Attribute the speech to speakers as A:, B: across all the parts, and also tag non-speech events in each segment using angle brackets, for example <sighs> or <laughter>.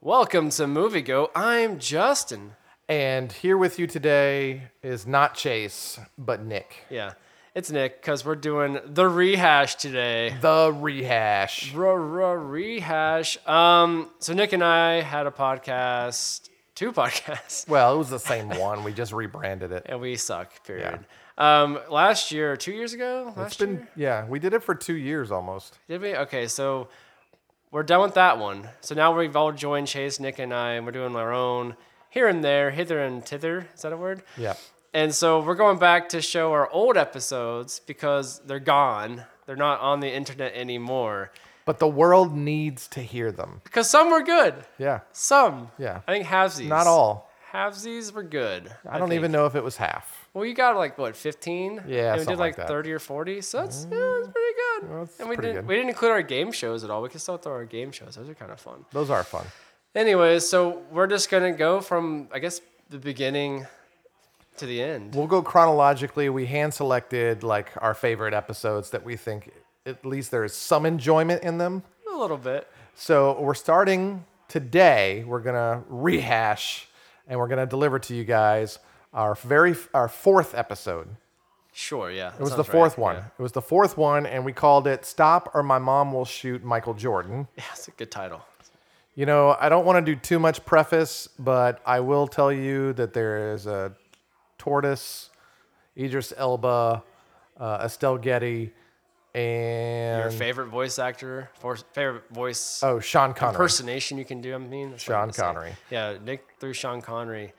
A: Welcome to Movie Go. I'm Justin.
B: And here with you today is not Chase, but Nick.
A: Yeah, it's Nick because we're doing the rehash today.
B: The rehash.
A: Ra ra rehash. Um, so Nick and I had a podcast, two <laughs> podcasts,
B: Well, it was
A: <laughs>
B: the same one. We just rebranded it.
A: and we suck. Period. Um, last year, two years ago, last
B: It's been,
A: year,
B: yeah, we did it for two years almost.
A: did we? Okay, so we're done with that one. So now we've all joined Chase, Nick, and I, and we're doing our own here and there, hither and thither. Is that a word?
B: Yeah.
A: And so we're going back to show our old episodes because they're gone. They're not on the internet anymore.
B: But the world needs to hear them.
A: Because some were good.
B: Yeah.
A: Some.
B: Yeah.
A: I think halvesies.
B: Not all.
A: Halvesies were good.
B: I don't
A: think.
B: even know if it was half.
A: Well, you got like what, 15?
B: Yeah,
A: And we
B: something
A: did like
B: like that. Mm.
A: 30 or 40. So that's, yeah, that's pretty good.
B: Well, that's
A: and we
B: pretty
A: didn't
B: good.
A: we didn't include our game shows at all. We could still throw our game shows. Those are kind of fun.
B: Those are fun.
A: Anyways, so we're just gonna go from I guess the beginning to the end.
B: We'll go chronologically. We hand selected like our favorite episodes that we think at least there is some enjoyment in them.
A: A little bit.
B: So we're starting today. We're gonna rehash, and we're gonna deliver to you guys our very our fourth episode.
A: Sure, yeah.
B: It was the fourth one. It was the fourth one, and we called it "Stop or My Mom Will Shoot Michael Jordan."
A: Yeah, it's a good title.
B: You know, I don't want to do too much preface, but I will tell you that there is a tortoise, Idris Elba, uh, Estelle Getty,
A: Your
B: and
A: favorite voice actor, for, favorite voice
B: Mm. oh, Sean Connery.
A: impersonation you can do. I mean, that's what I'm gonna
B: Sean
A: say.
B: Connery.
A: Yeah, Nick threw Sean Connery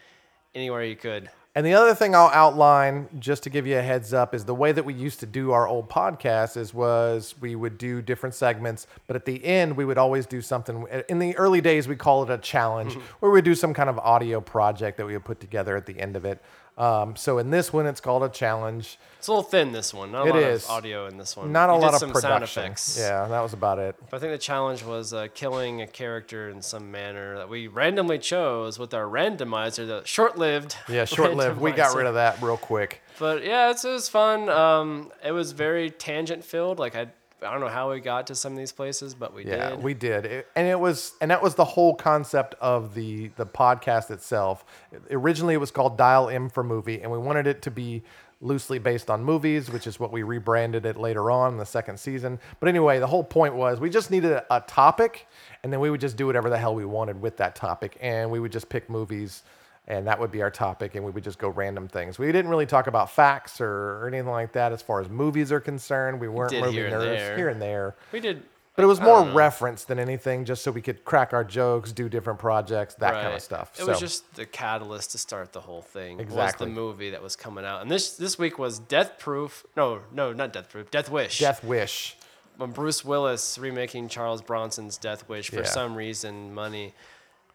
A: anywhere you could.
B: And the other thing I'll outline, just to give you a heads up, is the way that we used to do our old podcast is was we would do different segments, but at the end we would always do something. In the early days, we call it a
A: Mm-hmm.
B: challenge, where we would do some kind of audio project that we would put together at the end of it. Um, so in this one, it's called a challenge.
A: It's a little thin this one. Not a
B: It
A: lot
B: is.
A: of audio in this one.
B: Not a
A: You did
B: lot of
A: some sound
B: production.
A: effects.
B: Yeah, that was
A: <laughs>
B: about it.
A: But I think the challenge was uh, killing a character in some manner that we randomly chose with our randomizer, the short-lived.
B: Yeah, short lived. We got
A: randomizer.
B: rid of that real quick.
A: But yeah, it's, it was fun. Um, it was very tangent-filled. Like I, I don't know how we got to some of these places, but we
B: Yeah,
A: did.
B: we did, It- and it was, and that was the whole concept of the the podcast itself. Originally, it was called Dial M for Movie, and we wanted it to be loosely based on movies, which is what we rebranded it later on in the second season. But anyway, the whole point was we just needed a topic, and then we would just do whatever the hell we wanted with that topic, and we would just pick movies. And that would be our topic, and we would just go random things. We didn't really talk about facts or, or anything like that as far as movies are concerned. We weren't
A: did
B: movie
A: here and
B: nerds
A: there.
B: here and there.
A: we did
B: But it was more
A: Um,
B: reference than anything, just so we could crack our jokes, do different projects, that kind
A: Right.
B: of stuff.
A: It was just the catalyst to start the whole thing.
B: Exactly.
A: Was the movie that was coming out, and this this week was Death Proof. No, no, not Death Proof. Death Wish.
B: Death Wish.
A: When Bruce Willis remaking Charles Bronson's Death Wish for
B: Yeah.
A: some reason, money.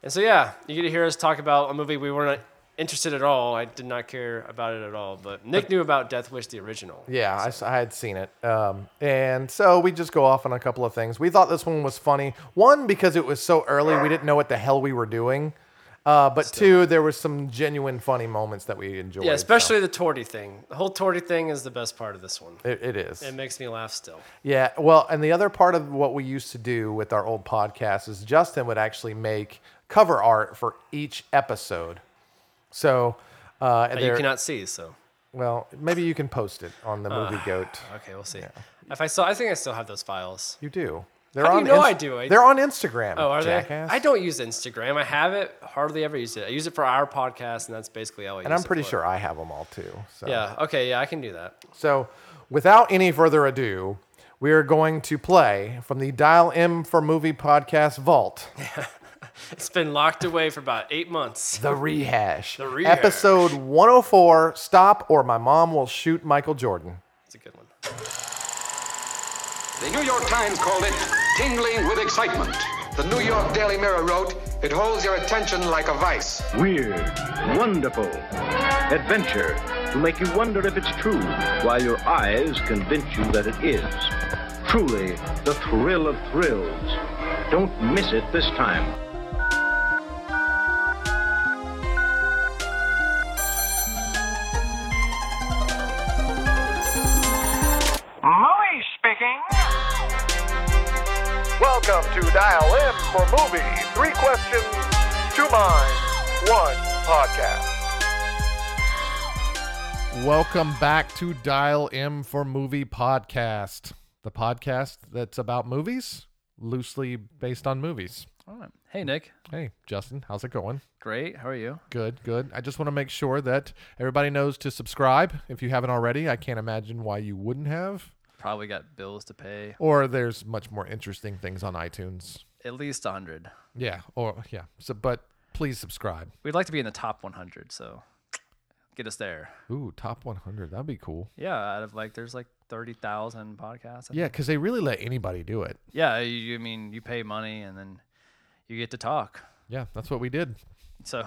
A: And so yeah, you get to hear us talk about a movie we weren't interested at all. I did not care about it at all. But Nick knew about Death Wish, the original.
B: Yeah, I s- I, had seen it. Um, and so we just go off on a couple of things. We thought this one was funny. One, because it was so early, we didn't know what the hell we were doing. Uh, but two, there was some genuine funny moments that we enjoyed.
A: Yeah,
B: so
A: especially the Torty thing. The whole Torty thing is the best part of this one.
B: it, it is.
A: It makes me laugh still.
B: Yeah. Well, and the other part of what we used to do with our old podcast is Justin would actually make cover art for each episode. So uh,
A: But
B: there-
A: you cannot see, so
B: Well, maybe you can post it on the movie goat.
A: okay, we'll see. If I saw, I think I still have those files.
B: You do. They're
A: How do
B: on
A: you know
B: Inst-
A: I do? I-
B: They're on Instagram.
A: Oh, are
B: jackass.
A: they? I don't use Instagram. I have it. Hardly ever use it. I use it for our podcast, and that's basically all I use.
B: and I'm
A: it
B: pretty
A: for.
B: sure I have them all too. So.
A: Yeah. Okay. Yeah, I can do that.
B: So, without any further ado, we are going to play from the Dial M for Movie podcast vault.
A: It's been locked away for about eight months.
B: The rehash. The
A: rehash.
B: Episode 104. Stop or my mom will shoot Michael Jordan.
A: It's a good one.
C: The New York Times called it tingling with excitement. The New York Daily Mirror wrote, it holds your attention like a vice.
D: Weird, wonderful, adventure to make you wonder if it's true, while your eyes convince you that it is. Truly, the thrill of thrills. Don't miss it this time.
E: Louis speaking.
B: Welcome to Dial M
D: for movie. Three questions, two minds, one podcast.
B: Welcome back to Dial M for Movie Podcast, the podcast that's about movies, loosely based on movies.
A: All right. Hey, Nick.
B: Hey, Justin, how's it going?
A: Great. How are you?
B: Good, good. I just want to make sure that everybody knows to subscribe if you haven't already. I can't imagine why you wouldn't have.
A: Probably got bills to pay.
B: Or there's much more interesting things on iTunes.
A: At least 100.
B: Yeah, or yeah. So, but please subscribe.
A: We'd like to be in the top 100, so get us there.
B: Ooh, top 100. That'd be cool.
A: Yeah, out of like, there's like 30,000 podcasts. I
B: Yeah, because they really let anybody do it.
A: Yeah, you, you mean you pay money and then you get to talk.
B: Yeah, that's what we did.
A: So,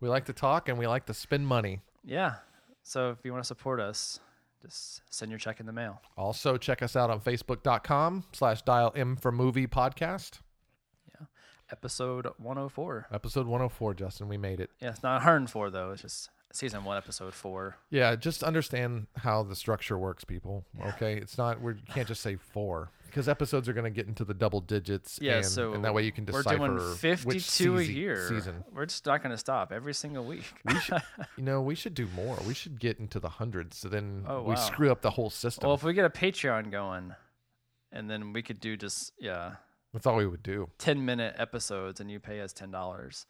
B: We like to talk and we like to spend money.
A: yeah. So if you want to support us, just send your check in the mail.
B: Also, check us out on facebook.com slash dial M for movie podcast.
A: Episode 104.
B: Episode 104, Justin, we made it.
A: Yeah, it's not 104 though. It's just season 1 episode 4.
B: Yeah, just understand how the structure works, people. Okay, it's not we can't just say four because episodes are going to get into the double digits.
A: Yeah,
B: and,
A: so
B: and that way you can
A: we're
B: decipher
A: doing 52 a
B: which season-
A: year.
B: season.
A: We're just not going to stop every single
B: <laughs>
A: week.
B: You know, we should do more. We should get into the hundreds. So then
A: Oh,
B: we
A: wow.
B: screw up the whole system.
A: well, if we get a Patreon going, and then we could do just yeah,
B: That's all we would do.
A: 10 minute episodes and you pay us $10.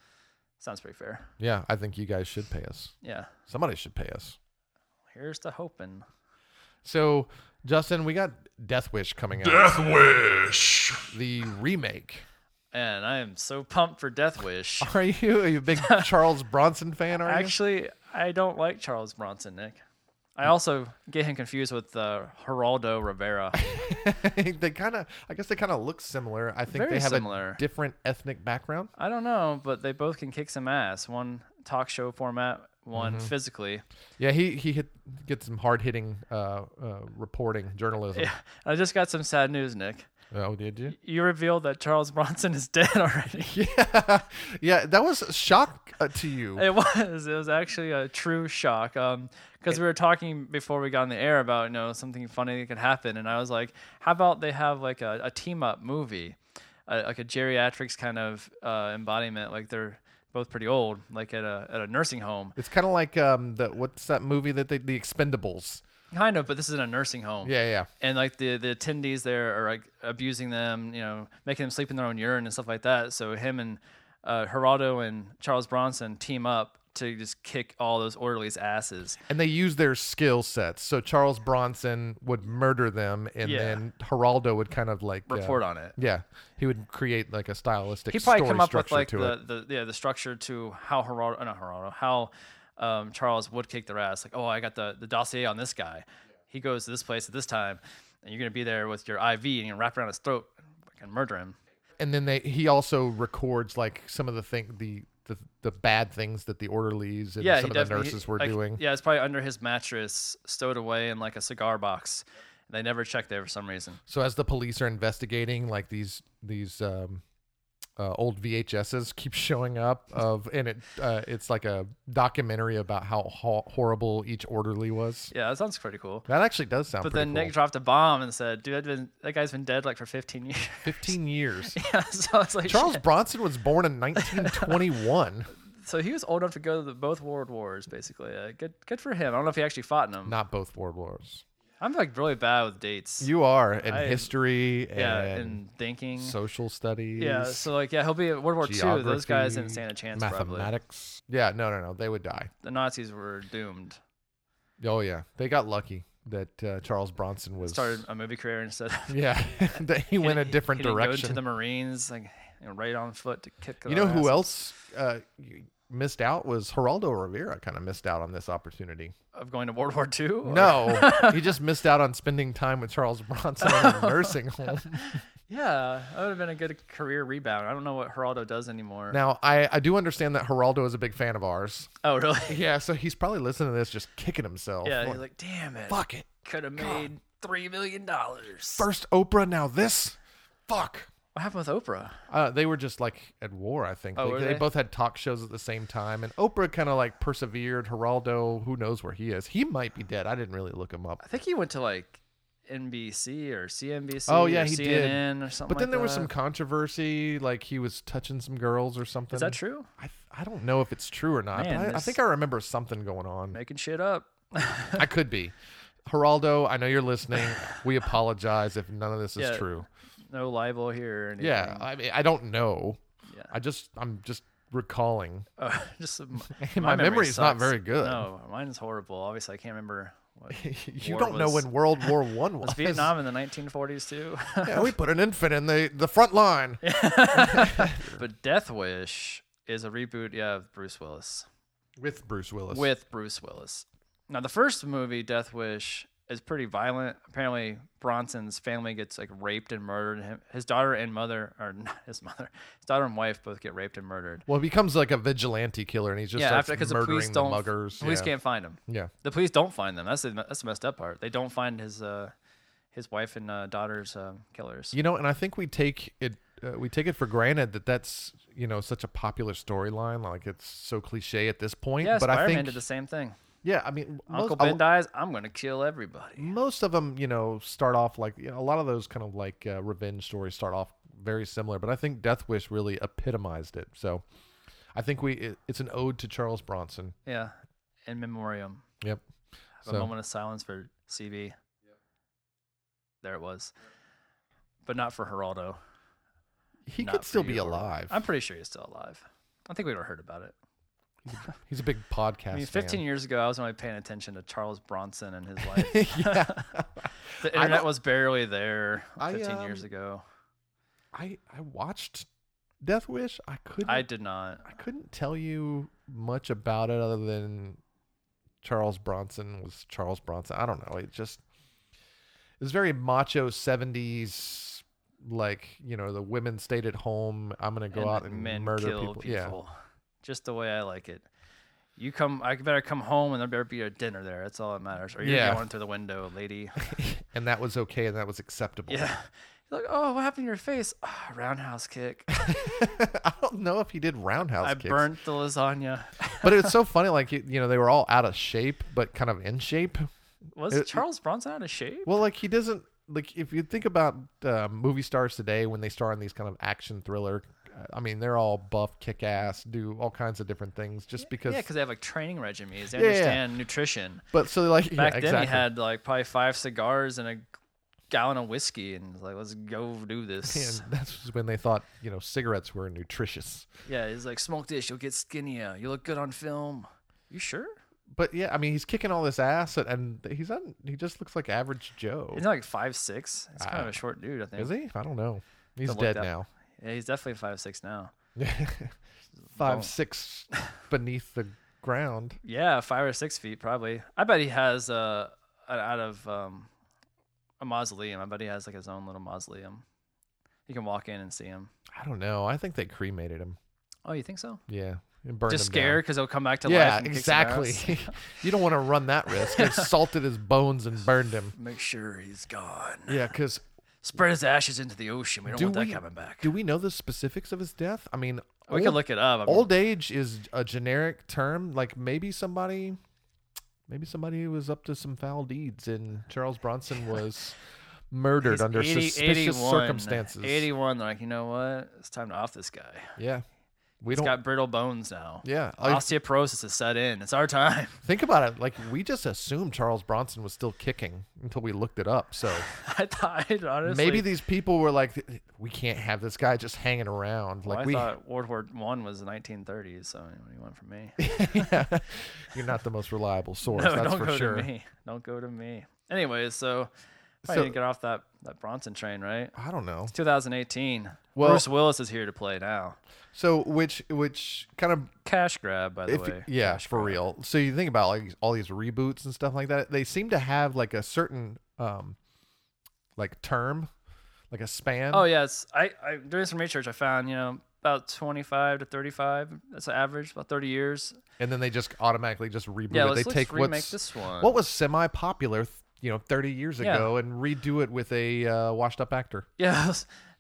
A: Sounds pretty fair.
B: Yeah, I think you guys should pay us.
A: Yeah.
B: Somebody should pay us.
A: Here's to hoping.
B: So, Justin, we got Death Wish coming out. Death Wish, the remake.
A: And I am so pumped for Death Wish.
B: <laughs> Are you, are you a <laughs> big Charles Bronson fan? Are you?
A: Actually, I don't like Charles Bronson, Nick.
B: Mm.
A: I also get him confused with uh, Geraldo
B: <laughs>
A: Rivera.
B: they kind of i guess they kind of look similar i think they
A: Very
B: have
A: similar.
B: a different ethnic background
A: I don't know, but they both can kick some ass. One talk show format, one physically.
B: yeah he he hit gets some hard-hitting uh, uh reporting journalism
A: I just got some sad news, Nick.
B: oh did you
A: You revealed that Charles <laughs> Bronson is dead already.
B: <laughs> yeah that was a shock uh, to you
A: <laughs> It was. It was actually a true shock. Um, because we were talking before we got on the air about you know something funny that could happen, and I was like, how about they have like a, a team up movie, a, like a geriatrics kind of uh, embodiment, like they're both pretty old, like at a at a nursing home,
B: it's kind of like um the what's that movie that they the expendables
A: kind of, but this is in a nursing home.
B: yeah yeah
A: and like the the attendees there are like abusing them, you know, making them sleep in their own urine and stuff like that. So him and uh, Geraldo and Charles Bronson team up to just kick all those orderlies' asses.
B: and they use their skill sets so charles bronson would murder them and
A: Yeah.
B: then geraldo would kind of like uh,
A: Report on it.
B: yeah he would create like a stylistic
A: He probably
B: story
A: come up with
B: structure
A: like
B: to it
A: the, the yeah the structure to how Geraldo, uh, not Geraldo, how um, Charles would kick their ass. Like, oh, I got the the dossier on this guy. He goes to this place at this time, and you're gonna be there with your IV and you wrap it around his throat and murder him.
B: and then they he also records like some of the thing the the, the bad things that the orderlies and
A: yeah,
B: some
A: he
B: of the
A: definitely- he-
B: nurses were
A: like,
B: doing.
A: Yeah, it's probably under his mattress, stowed away in like a cigar box. They never checked there for some reason.
B: So as the police are investigating, like these these um, uh, old VHSs keep showing up of, and it uh, it's like a documentary about how ho- horrible each orderly was.
A: Yeah, that sounds pretty cool.
B: That actually does sound.
A: But
B: pretty
A: then
B: cool.
A: Nick dropped a bomb and said, "Dude, I've been, that guy's been dead like for 15 <laughs> years."
B: fifteen years.
A: yeah, so I was like,
B: Charles
A: "Shit."
B: Bronson was born in 1921.
A: So he was old enough to go to the, both world wars, basically. Uh, good, good for him. I don't know if he actually fought in them.
B: <laughs> Not both world wars.
A: I'm like really bad with dates.
B: You are in
A: I-
B: history
A: yeah,
B: and,
A: and thinking.
B: social studies.
A: yeah, so like, yeah, he'll be at World War II. Those guys didn't stand a chance. Probably
B: Mathematics. Yeah, no, no, no. They would die.
A: the Nazis were doomed.
B: Oh yeah, they got lucky that uh, Charles Bronson was.
A: Started a movie career instead. Of
B: <laughs> Yeah, <laughs> that he went
A: <laughs>
B: a
A: He-
B: different
A: he didn't Go
B: direction.
A: to the Marines, like you know, right on foot to kick.
B: you know
A: their
B: who
A: asses.
B: else uh, missed out was Geraldo Rivera. Kind of missed out on this opportunity.
A: of going to World War II? or-
B: No,
A: <laughs>
B: he just missed out on spending time with Charles Bronson in a nursing home.
A: Yeah, that would have been a good career rebound. I don't know what Geraldo does anymore.
B: Now, I, I do understand that Geraldo is a big fan of ours.
A: oh, really? <laughs>
B: Yeah, so he's probably listening to this just kicking himself.
A: Yeah, he's like, damn it,
B: fuck it.
A: could have made three million dollars.
B: First Oprah, now this. Fuck.
A: What happened with Oprah?
B: Uh, they were just like at war, I think.
A: Oh,
B: they,
A: were
B: they
A: they?
B: both had talk shows at the same time, and Oprah kind of like persevered. Geraldo, who knows where he is? He might be dead. I didn't really look him
A: I
B: up.
A: think he went to like NBC or CNBC.
B: Oh yeah,
A: or
B: he
A: CNN
B: did.
A: or something.
B: but then
A: like
B: there was
A: that.
B: some controversy, like he was touching some girls or something.
A: Is that true?
B: I, I don't know if it's true or not.
A: Man,
B: but I, I
A: this-
B: think I remember something going on.
A: Making shit up.
B: I could be. Geraldo, I know you're listening. We apologize if none of this is
A: Yeah.
B: true.
A: No libel here. Or anything. <laughs>
B: Yeah, I mean, I don't know.
A: Yeah.
B: I just I'm just recalling.
A: Uh, just m-
B: my
A: memory
B: memory's not
A: sucks.
B: very good.
A: No, mine is horrible. Obviously, I can't remember. What
B: <laughs> You
A: war
B: don't know
A: was-
B: when World War One
A: <laughs>
B: was.
A: was Vietnam in the 1940s too. <laughs>
B: Yeah, we put an infant in the the front line.
A: but Death Wish is a reboot, yeah, of Bruce Willis.
B: with Bruce Willis.
A: with Bruce Willis. Now, the first movie, Death Wish, is pretty violent. Apparently, Bronson's family gets like raped and murdered. Him- His daughter and mother, or <laughs> not his mother, his daughter and wife both get raped and murdered.
B: well, he becomes like a vigilante killer, and he's just
A: yeah,
B: starts
A: after because the
B: murdering
A: police
B: the
A: don't,
B: muggers.
A: police
B: yeah.
A: can't find him.
B: Yeah.
A: The police don't find them. That's the that's the messed up part. They don't find his uh, his wife and uh, daughter's um killers.
B: You know, and I think we take it uh, we take it for granted that that's you know such a popular storyline, like it's so cliche at this point.
A: yeah,
B: but
A: Spider-Man
B: I think
A: did the same thing.
B: yeah, I mean, most,
A: Uncle
B: a-
A: Ben dies. I'm gonna kill everybody.
B: most of them you know start off like you know, a lot of those kind of like uh, revenge stories start off very similar, but I think Death Wish really epitomized it. So I think we it, it's an ode to Charles Bronson.
A: Yeah, in memoriam.
B: Yep.
A: Have
B: So-
A: a moment of silence for CB. There it was, but not for Geraldo.
B: He
A: Not
B: could
A: for
B: still
A: you,
B: be
A: Lord.
B: alive.
A: I'm pretty sure he's still alive. I think we would have heard about it.
B: He's a big podcast.
A: I mean, 15
B: fan.
A: years ago, I was only paying attention to Charles Bronson and his
B: <laughs>
A: life. <laughs> the internet
B: don't-
A: was barely there
B: I,
A: 15 years
B: um,
A: ago.
B: I I watched Death Wish. I couldn't.
A: I did not.
B: I couldn't tell you much about it other than Charles Bronson was Charles Bronson. I don't know. It just it was very macho seventies, like you know, the women stayed at home. I'm gonna go out and
A: men
B: murder
A: kill
B: people. Yeah,
A: just the way I like it. You come, I better come home, and there better be a dinner there. That's all that matters. Or you're
B: Yeah.
A: going through the window, lady.
B: and that was okay, and that was acceptable.
A: Yeah. You're like, oh, what happened to your face? Ah, roundhouse
B: <laughs>
A: kick.
B: <laughs> I don't know if he did roundhouse.
A: I
B: kicks.
A: burnt the lasagna.
B: but it's so funny. Like you, you know, they were all out of shape, but kind of in shape.
A: Was
B: It-
A: Charles Bronson out of shape?
B: Well, like he doesn't like if you think about uh, movie stars today when they star in these kind of action thriller. uh, I mean, they're all buff, kick ass, do all kinds of different things just because.
A: yeah, because they have like training regimes. They
B: Yeah, yeah, yeah.
A: understand nutrition.
B: but so like yeah,
A: Back then,
B: exactly.
A: he had like probably five cigars and a gallon of whiskey, and was like, let's go do this.
B: <laughs> And that's when they thought you know cigarettes were nutritious.
A: Yeah, he's like, smoke this, you'll get skinnier, you look good on film. You sure?
B: But yeah, I mean, he's kicking all this ass, and and he's un- he just looks like average Joe.
A: Isn't he like five six? He's kind
B: Uh,
A: of a short dude, I think.
B: Is he? I don't know. He's
A: Don't look
B: dead
A: that-
B: now.
A: Yeah, he's definitely five six now.
B: <laughs> Five six beneath the ground.
A: Yeah, five or six feet probably. I bet he has uh an- out of um a mausoleum. I bet he has like his own little mausoleum. You can walk in and see him.
B: I don't know. I think they cremated him.
A: Oh, you think so?
B: Yeah, and burned
A: Just
B: him down.
A: scared because he'll come back to
B: Yeah,
A: life. and kick some
B: exactly.
A: ass.
B: <laughs> you don't want to run
A: <laughs>
B: that risk. It salted his bones and burned him.
A: Make sure he's gone.
B: Yeah, because
A: Spread his ashes into the ocean. We don't
B: do
A: want
B: we
A: that coming back.
B: do we know the specifics of his death? I mean,
A: we can look it up. I mean,
B: Old age is a generic term. Like maybe somebody, maybe somebody who was up to some foul deeds, and Charles
A: <laughs>
B: Bronson was murdered
A: he's
B: under
A: 80
B: suspicious
A: 81.
B: circumstances.
A: 81. They're like, you know what? It's time to off this guy.
B: Yeah, we
A: He's
B: don't
A: got brittle bones now.
B: Yeah, I-
A: Osteoporosis has set in. It's our time. <laughs>
B: think about it. Like we just assumed Charles Bronson was still kicking until we looked it up. So.
A: I thought, honestly.
B: Maybe these people were like, we can't have this guy just hanging around.
A: Well, I
B: Like we, <laughs>
A: thought World War One was the 1930s, so what do you want from me? <laughs>
B: you're not the most reliable source.
A: no,
B: that's
A: don't
B: for
A: go
B: sure.
A: to me. Don't go to me. Anyways, so I
B: So-
A: need to get off that that Bronson train, right?
B: I don't know.
A: 2018.
B: Well-
A: Bruce Willis is here to play now.
B: So which which kind of
A: Cash grab, by the
B: if,
A: way.
B: yeah
A: Cash
B: for
A: grab.
B: real. So you think about like all these reboots and stuff like that. They seem to have like a certain um like term, like a span.
A: Oh yes, I, I doing some research. I found you know about 25 to 35. That's an average, about 30 years.
B: And then they just automatically just reboot
A: Yeah,
B: it.
A: let's,
B: They
A: let's
B: take
A: remake
B: what's
A: this one. <laughs>
B: what was semi popular, you know, 30 years
A: Yeah.
B: ago, and redo it with a uh, washed up actor.
A: Yeah,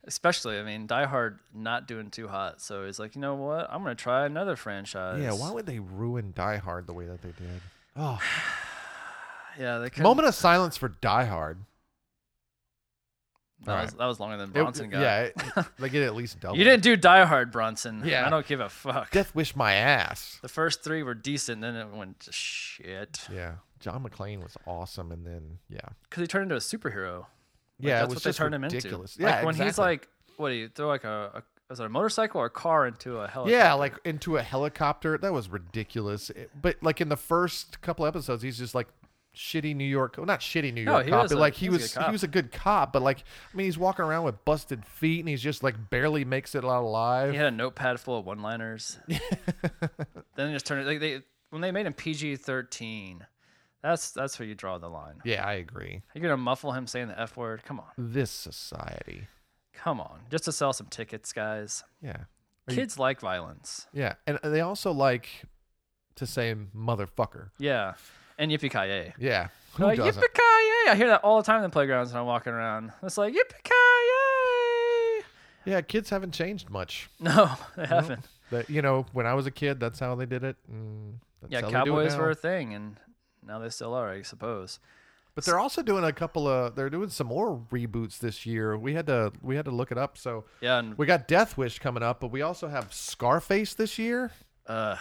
A: especially I mean Die Hard not doing too hot, so it's like you know what? I'm gonna try another franchise.
B: Yeah, why would they ruin Die Hard the way
A: Oh,
B: <sighs> that they did?
A: Yeah, they could
B: Moment of silence for Die Hard.
A: That,
B: All
A: was,
B: right.
A: that was longer than
B: It-
A: Bronson got.
B: Yeah, it, <laughs> they get at least double.
A: <laughs> You didn't do Die Hard, Bronson.
B: <laughs> Yeah.
A: I don't give a fuck.
B: Death wish my ass.
A: The first three were decent, then it went to shit.
B: Yeah, John McClane was awesome, and then yeah,
A: Because he turned into a superhero. Like,
B: yeah,
A: that's
B: it was
A: what they
B: just
A: turned
B: ridiculous.
A: him into.
B: Yeah,
A: like when he's
B: exactly.
A: like, what do you throw like a, a was it a motorcycle or a car into a helicopter?
B: Yeah, like into a helicopter. That was ridiculous. It- but like in the first couple episodes, he's just like shitty New York. Well, not shitty New
A: No,
B: York
A: he
B: cop,
A: was
B: but
A: a-
B: like he
A: he was a
B: was
A: good cop.
B: he was a good cop. But like I mean, he's walking around with busted feet, and he's just like barely makes it out alive.
A: He had a notepad full of
B: <laughs>
A: one-liners. then they just turned it like they when they made him PG thirteen. That's that's where you draw the line.
B: Yeah, I agree.
A: You're gonna muffle him saying the f word. Come on,
B: This society.
A: come on, just to sell some tickets, guys.
B: Yeah,
A: Kids like violence.
B: yeah, and they also like to say motherfucker.
A: Yeah, and yippee ki
B: Yeah, who
A: Like yippee
B: doesn't?
A: ki I hear that all the time in the playgrounds when I'm walking around. It's like yippee ki
B: Yeah, kids haven't changed much.
A: <laughs> No, they haven't.
B: But you know, when I was a kid, that's how they did it. And that's
A: Yeah,
B: how they do it
A: cowboys
B: now.
A: were a thing, and now they still are, I suppose.
B: But they're also doing a couple of they're doing some more reboots this year. We had to we had to look it up. So
A: Yeah, and
B: we got Death Wish coming up, but we also have Scarface this year.
A: Uh,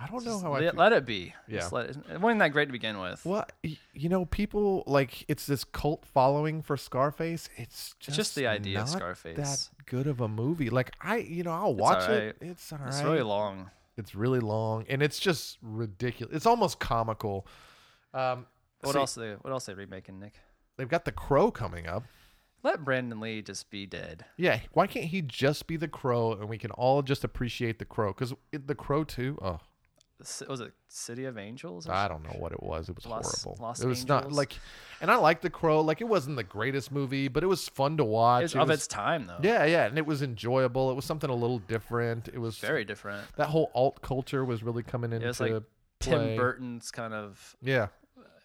B: I don't know how Oh, I
A: let,
B: feel-
A: let it be.
B: Yeah.
A: Just let it, it wasn't that great to begin with.
B: well, y- you know, people like it's this cult following for Scarface. It's just,
A: just the idea of
B: not
A: Scarface.
B: That good of a movie. Like I, you know, I'll watch it.
A: alright.
B: It's all right.
A: it's really long.
B: It's really long, and it's just ridiculous. It's almost comical. Um,
A: What
B: see,
A: else? They, what else they remaking, Nick?
B: They've got The Crow coming up.
A: Let Brandon Lee just be dead.
B: Yeah, why can't he just be the crow and we can all just appreciate the crow? Because the crow too. Oh,
A: C- Was it City of Angels? or
B: I don't know what it was. It was
A: Lost-
B: horrible.
A: Lost
B: it was not
A: Angels?
B: like, and I like the crow. Like it wasn't the greatest movie, but it was fun to watch.
A: It was
B: It
A: of
B: was-
A: its time, though.
B: yeah, yeah, and it was enjoyable. It was something a little different. It was
A: Very different.
B: that whole alt culture was really coming into
A: It was like
B: play.
A: Tim uh, Burton's kind of
B: Yeah,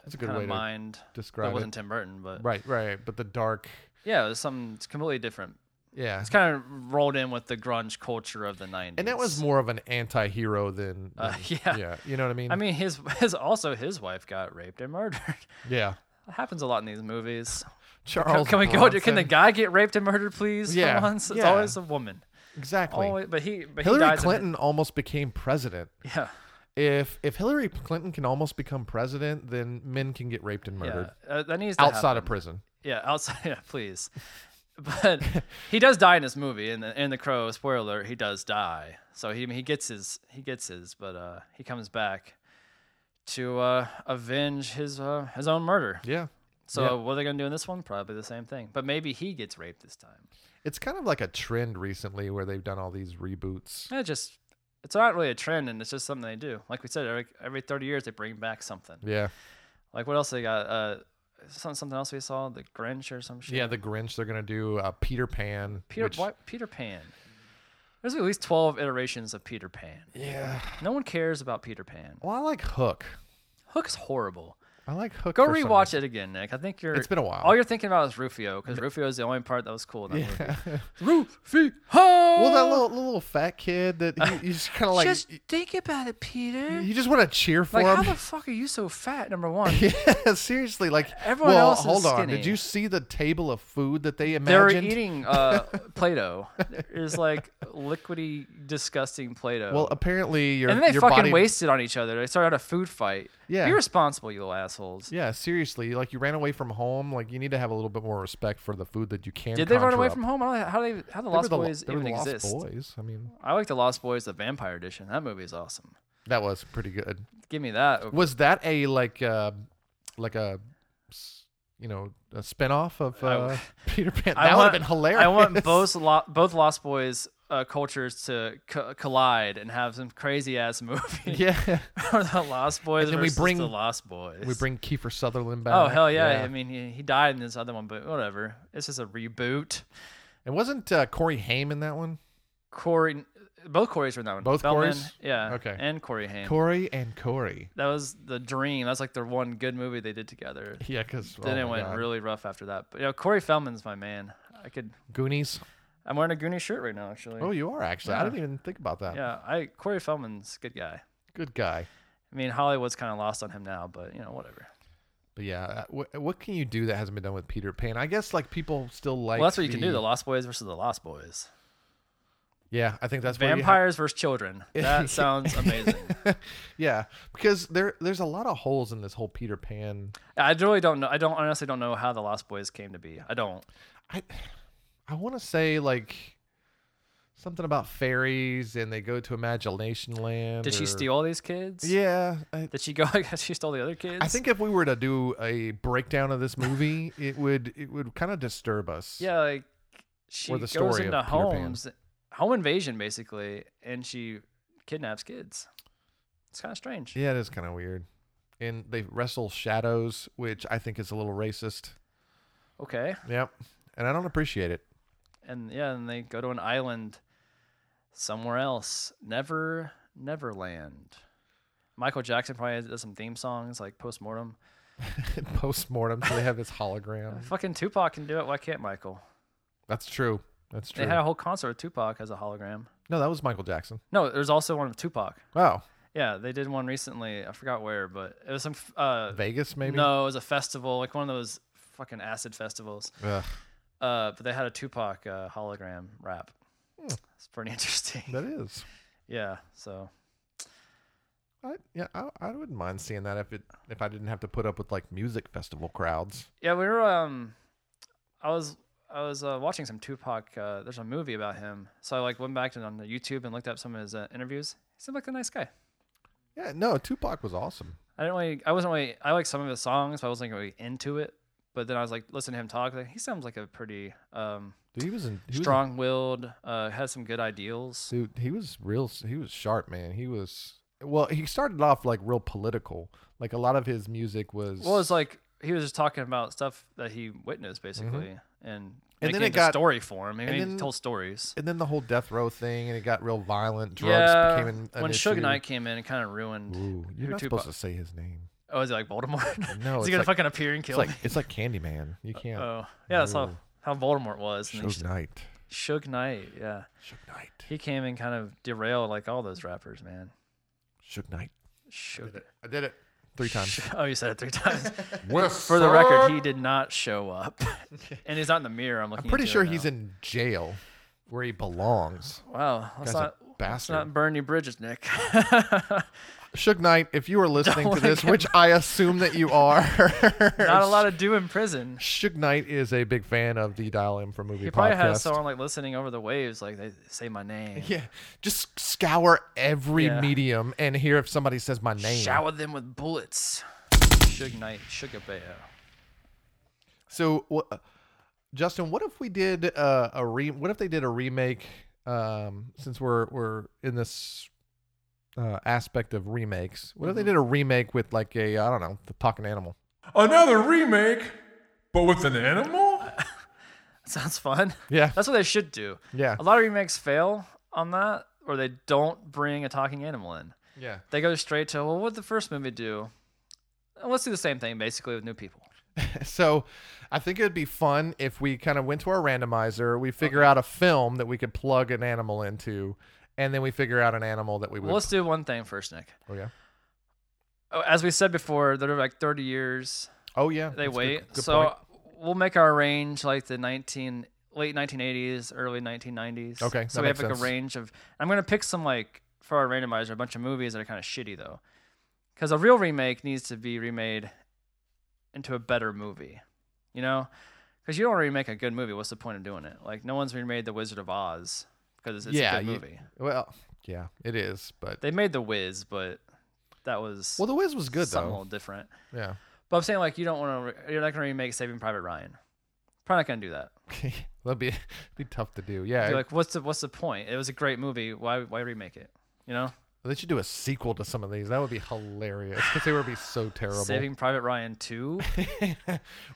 B: that's a good
A: kind
B: way
A: of
B: to
A: mind.
B: describe
A: it wasn't
B: it.
A: Tim Burton, but
B: Right, right, but the dark.
A: yeah, it was something completely different.
B: Yeah,
A: It's kind of rolled in with the grunge culture of the '90s.
B: and that was more of an anti-hero than.
A: Uh,
B: than-
A: <laughs> yeah.
B: yeah, you know what I mean.
A: I mean, his <laughs> his also his wife got raped and murdered. <laughs>
B: yeah.
A: It happens a lot in these movies.
B: Charles
A: can we go? to- Can the
B: Bronson.
A: guy get raped and murdered, please?
B: Yeah,
A: For once, it's
B: yeah.
A: always a woman.
B: Exactly.
A: Always, but he, but he
B: Hillary
A: dies in-
B: Clinton almost became president.
A: yeah,
B: If if Hillary Clinton can almost become president, then men can get raped and
A: yeah.
B: murdered
A: Uh, that needs to
B: outside
A: happen.
B: of prison.
A: Yeah, outside. <laughs> Yeah, please. But he does die in this movie, and in the Crow. Spoiler alert: he does die. So he he gets his he gets his, but uh, he comes back to uh, avenge his uh, his own murder.
B: Yeah.
A: So
B: Yeah.
A: what are they gonna do in this one? Probably the same thing. But maybe he gets raped this time.
B: It's kind of like a trend recently where they've done all these reboots.
A: Yeah, just it's not really a trend, and it's just something they do. Like we said, every every thirty years they bring back something.
B: Yeah.
A: Like what else they got? Uh, some, something else we saw, the Grinch or some shit.
B: Yeah, the Grinch they're going to do uh, Peter Pan.
A: Peter
B: which-
A: why, Peter Pan. There's at least twelve iterations of Peter Pan.
B: Yeah.
A: No one cares about Peter Pan.
B: Well, I like Hook.
A: Hook's horrible.
B: I like Hook.
A: Go
B: for some
A: rewatch
B: reason.
A: it again, Nick. I think you're.
B: It's been a while.
A: All you're thinking about is Rufio because Rufio is the only part that was cool. In that movie. <laughs>
B: Rufio. Well, that little little fat kid that
A: <laughs>
B: he, he's kind of like
A: Just think about it, Peter.
B: you just want to cheer for
A: Like,
B: him.
A: how the fuck are you so fat?
B: <laughs>
A: Number one.
B: Yeah, seriously. Like
A: Everyone
B: well,
A: else is
B: hold on. Did
A: skinny.
B: you see the table of food that they
A: They were
B: imagined?
A: eating
B: <laughs>
A: uh, Play-Doh. It's like liquidy, disgusting Play-Doh.
B: Well, apparently your
A: and then they
B: your
A: fucking
B: body.
A: wasted on each other. They started a food fight.
B: Yeah.
A: be responsible, you little assholes.
B: Yeah, seriously. Like you ran away from home. Like you need to have a little bit more respect for the food that you can.
A: Did they run
B: conjure
A: away
B: up.
A: from home? I don't know How do they? How the
B: They were
A: Lost
B: the,
A: Boys
B: they were
A: even
B: the Lost
A: exist?
B: Boys. I mean,
A: I like the Lost Boys, the Vampire Edition. That movie is awesome.
B: that was pretty good.
A: Give me that. over-
B: Was that a like uh like a s- you know a spinoff of
A: <laughs>
B: uh, Peter Pan?
A: I
B: That would
A: want-
B: have been hilarious.
A: I want both lo- both Lost Boys uh, cultures to co- collide and have some crazy ass <laughs> movie.
B: <laughs> Yeah,
A: Or the Lost Boys
B: And then we
A: versus
B: bring-
A: the Lost Boys.
B: we bring Kiefer Sutherland back.
A: Oh hell yeah. I mean, he, he died in this other one, but whatever. This is a reboot.
B: and wasn't uh, Corey Haim in that one?
A: Corey, both Corey's were in that one.
B: Both
A: Feldman,
B: Corys?
A: yeah.
B: Okay.
A: And Corey Haim.
B: Corey and Corey.
A: that was the dream. That's like the one good movie they did together.
B: Yeah, oh because
A: Then it went really rough after that. But you know, Corey Feldman's my man. I could.
B: Goonies.
A: I'm wearing a Goonie shirt right now, actually.
B: Oh, you are actually.
A: Yeah.
B: I didn't even think about that.
A: Yeah, I Corey Feldman's a good guy.
B: Good guy.
A: I mean, Hollywood's kind of lost on him now, but you know, whatever.
B: But yeah, uh, what, what can you do that hasn't been done with Peter Pan? I guess like people still like.
A: well, that's what you can do: the
B: the-
A: Lost Boys versus the Lost Boys,
B: Oh, yeah, I think that's where you ha-
A: vampires versus children.
B: <laughs>
A: That sounds amazing.
B: yeah, because there there's a lot of holes in this whole Peter Pan.
A: I really don't know. I don't honestly don't know how the Lost Boys came to be. I don't.
B: I I want to say like something about fairies and they go to imagination land.
A: Did she
B: or-
A: steal all these kids?
B: Yeah, I,
A: Did she go? <laughs> I guess she stole the other kids.
B: I think if we were to do a breakdown of this movie, <laughs> it would it would kind of disturb us.
A: Yeah, like she
B: the
A: goes
B: story of
A: into
B: Peter Pan.
A: homes, home invasion basically, and she kidnaps kids. It's kind of strange.
B: yeah, it is kind of weird. And they wrestle shadows, which I think is a little racist.
A: Okay,
B: Yep, and I don't appreciate it. <laughs>
A: and yeah, and they go to an island somewhere else, Never Neverland. Michael Jackson probably does some theme songs like post mortem.
B: Post mortem, so they have
A: <laughs>
B: this hologram.
A: Fucking Tupac can do it. Why can't Michael?
B: That's true. That's
A: They
B: true.
A: had a whole concert with Tupac as a hologram.
B: no, that was Michael Jackson.
A: No, there's also one with Tupac.
B: Oh,
A: Yeah, they did one recently. I forgot where, but it was some f- uh,
B: Vegas maybe.
A: No, it was a festival, like one of those fucking acid festivals.
B: Ugh,
A: Uh, but they had a Tupac uh, hologram rap. It's pretty <laughs> interesting.
B: Hmm. that is.
A: yeah. So
B: I, yeah, I, I wouldn't mind seeing that if it if I didn't have to put up with like music festival crowds.
A: yeah, we were. Um, I was I was uh, watching some Tupac. Uh, there's a movie about him, so I like went back to on the YouTube and looked up some of his uh, interviews. He seemed like a nice guy.
B: Yeah, no, Tupac was awesome.
A: I didn't really. I wasn't really. I like some of his songs, but I wasn't really into it. But then I was like, listen to him talk. Like, he sounds like a pretty um,
B: Dude, he was in, he was in-
A: strong-willed. Uh, has some good ideals.
B: dude, he was real. s- He was sharp, man. He was well. He started off like real political. Like a lot of his music was.
A: Well, it's like he was just talking about stuff that he witnessed, basically, and
B: Mm-hmm. then
A: making
B: it
A: into
B: got-
A: story form. I mean,
B: then-
A: he told stories.
B: and then the whole death row thing, and it got real violent. Drugs
A: yeah,
B: became an, an
A: when
B: issue.
A: Suge Knight came in, it kind of ruined.
B: Ooh, you're
A: who
B: not
A: Tupac-
B: supposed to say his name.
A: Oh, is he like Voldemort?
B: <laughs>
A: is
B: No, it's
A: he gonna
B: like-
A: fucking appear and
B: It's
A: kill
B: like
A: me?
B: it's like Candyman. You can't.
A: Oh, yeah, that's how how Voldemort was. And then
B: Suge Knight.
A: Suge Knight, yeah,
B: Suge Knight.
A: he came and kind of derailed like all those rappers, man.
B: Suge Knight.
A: Suge.
B: I did it three times.
A: <laughs> Oh, you said it three
B: <laughs>
A: times. For the record, he did not show up, and he's not in the mirror. I'm looking.
B: I'm pretty
A: into
B: sure
A: it
B: he's
A: now.
B: in jail where he belongs.
A: Wow, let's
B: Guy's
A: not,
B: a
A: let's
B: bastard.
A: not burn your bridges, Nick. <laughs>
B: Suge Knight, if you are listening to
A: wanna
B: this,
A: get-
B: which I assume that
A: <laughs>
B: you are,
A: not a lot of do in prison.
B: Suge Knight is a big fan of the Dial M for Movie
A: He probably
B: podcast.
A: has someone like listening over the waves, like they say my name.
B: yeah, just scour every
A: Yeah.
B: medium and hear if somebody says my name.
A: Shower them with bullets. Suge Knight, Sugar Bear.
B: So, wha- Justin, what if we did uh, a re? What if they did a remake? Um, since we're we're in this uh, aspect of remakes, what
A: Mm-hmm.
B: if they did a remake with like a I don't know, the talking animal?
F: Another remake, but with an animal?
A: <laughs> Sounds fun.
B: Yeah.
A: That's what they should do.
B: Yeah.
A: A lot of remakes fail on that, or they don't bring a talking animal in.
B: Yeah.
A: They go straight to, well, what did the first movie do? Uh, Let's do the same thing, basically, with new people.
B: So, I think it would be fun if we kind of went to our randomizer, we figure out a film that we could plug an animal into, and then we figure out an animal that we would.
A: Well, let's do one thing first, Nick.
B: oh yeah.
A: Oh, As we said before, there are like 30 years
B: Oh yeah.
A: they
B: That's a good-
A: wait.
B: good
A: so
B: point.
A: we'll make our range like the 19 late 1980s, early 1990s.
B: Okay,
A: So
B: that
A: we have
B: makes
A: like
B: sense.
A: a range of. I'm gonna pick some like for our randomizer a bunch of movies that are kind of shitty though, because a real remake needs to be remade into a better movie, you know. Because you don't want to remake a good movie. What's the point of doing it? Like no one's remade The Wizard of Oz because it's
B: yeah.
A: a good
B: you-
A: movie.
B: well, yeah, it is, but
A: They made The Wiz, but that was
B: well, The Wiz was good
A: something a
B: though.
A: little different.
B: Yeah. <laughs>
A: But I'm saying like you don't want to. You're not gonna remake Saving Private Ryan. Probably not gonna do that.
B: That'd be <laughs> be tough to do. Yeah,
A: You're like, what's the what's the point? It was a great movie. Why why remake it? You know,
B: they should do a sequel to some of these. That would be hilarious because they would be so terrible.
A: Saving Private Ryan
B: <laughs>
A: two.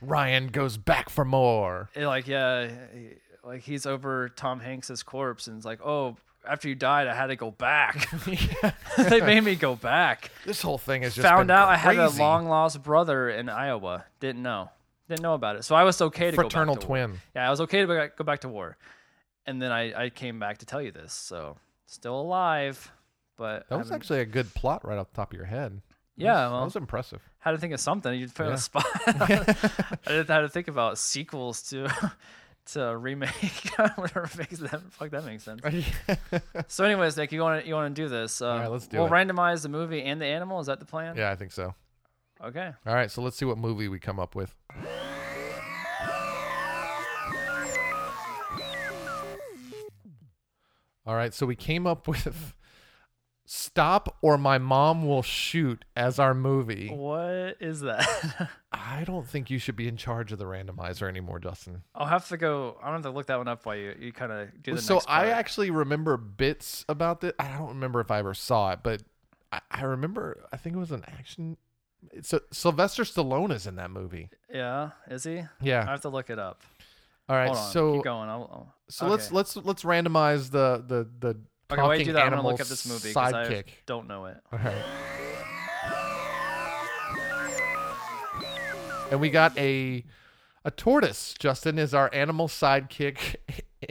B: Ryan goes back for more.
A: It, like yeah, he- like he's over Tom Hanks's corpse and it's like, oh, after you died, I had to go
B: <laughs>
A: back. <laughs> they made me go back.
B: This whole thing is just
A: Found
B: been
A: out I had a
B: crazy.
A: long lost brother in Iowa. Didn't know. Didn't know about it. So I was okay to
B: fraternal
A: go back to war.
B: twin.
A: Yeah, I was okay to go back- go back to war. And then I, I came back to tell you this. So still alive, but
B: That was
A: I'm-
B: actually a good plot right off the top of your head.
A: Yeah,
B: that
A: well,
B: was impressive.
A: had to think of something. You put me on
B: <laughs> Yeah.
A: the spot. <laughs> I didn't had to think about sequels to <laughs> to remake <laughs> whatever makes that fuck that makes sense. so, anyways, Nick, you want to you want to do this? Uh,
B: right, let's do
A: We'll
B: it.
A: randomize the movie and the animal. Is that the plan?
B: Yeah, I think so.
A: Okay.
B: All right, so let's see what movie we come up with. All right, so we came up <laughs> with Stop or My Mom Will Shoot as our movie.
A: Oh. What is that? <laughs>
B: I don't think you should be in charge of the randomizer anymore, Dustin.
A: I'll have to go. I'll have to look that one up while you you kind of do the
B: So
A: next.
B: I
A: part.
B: actually remember bits about this. I don't remember if I ever saw it, but I, I remember, I think it was an action. So Sylvester Stallone is in that movie.
A: yeah. Is he?
B: Yeah.
A: I have to look it up.
B: All right,
A: Hold on.
B: so
A: keep going. I'll, I'll,
B: So let's let's let's randomize the the the
A: Okay, while you
B: talking
A: do that, I'm gonna
B: animal
A: look up this movie because I
B: sidekick.
A: don't know it.
B: All right. And we got a a tortoise. Justin is our animal sidekick. <laughs>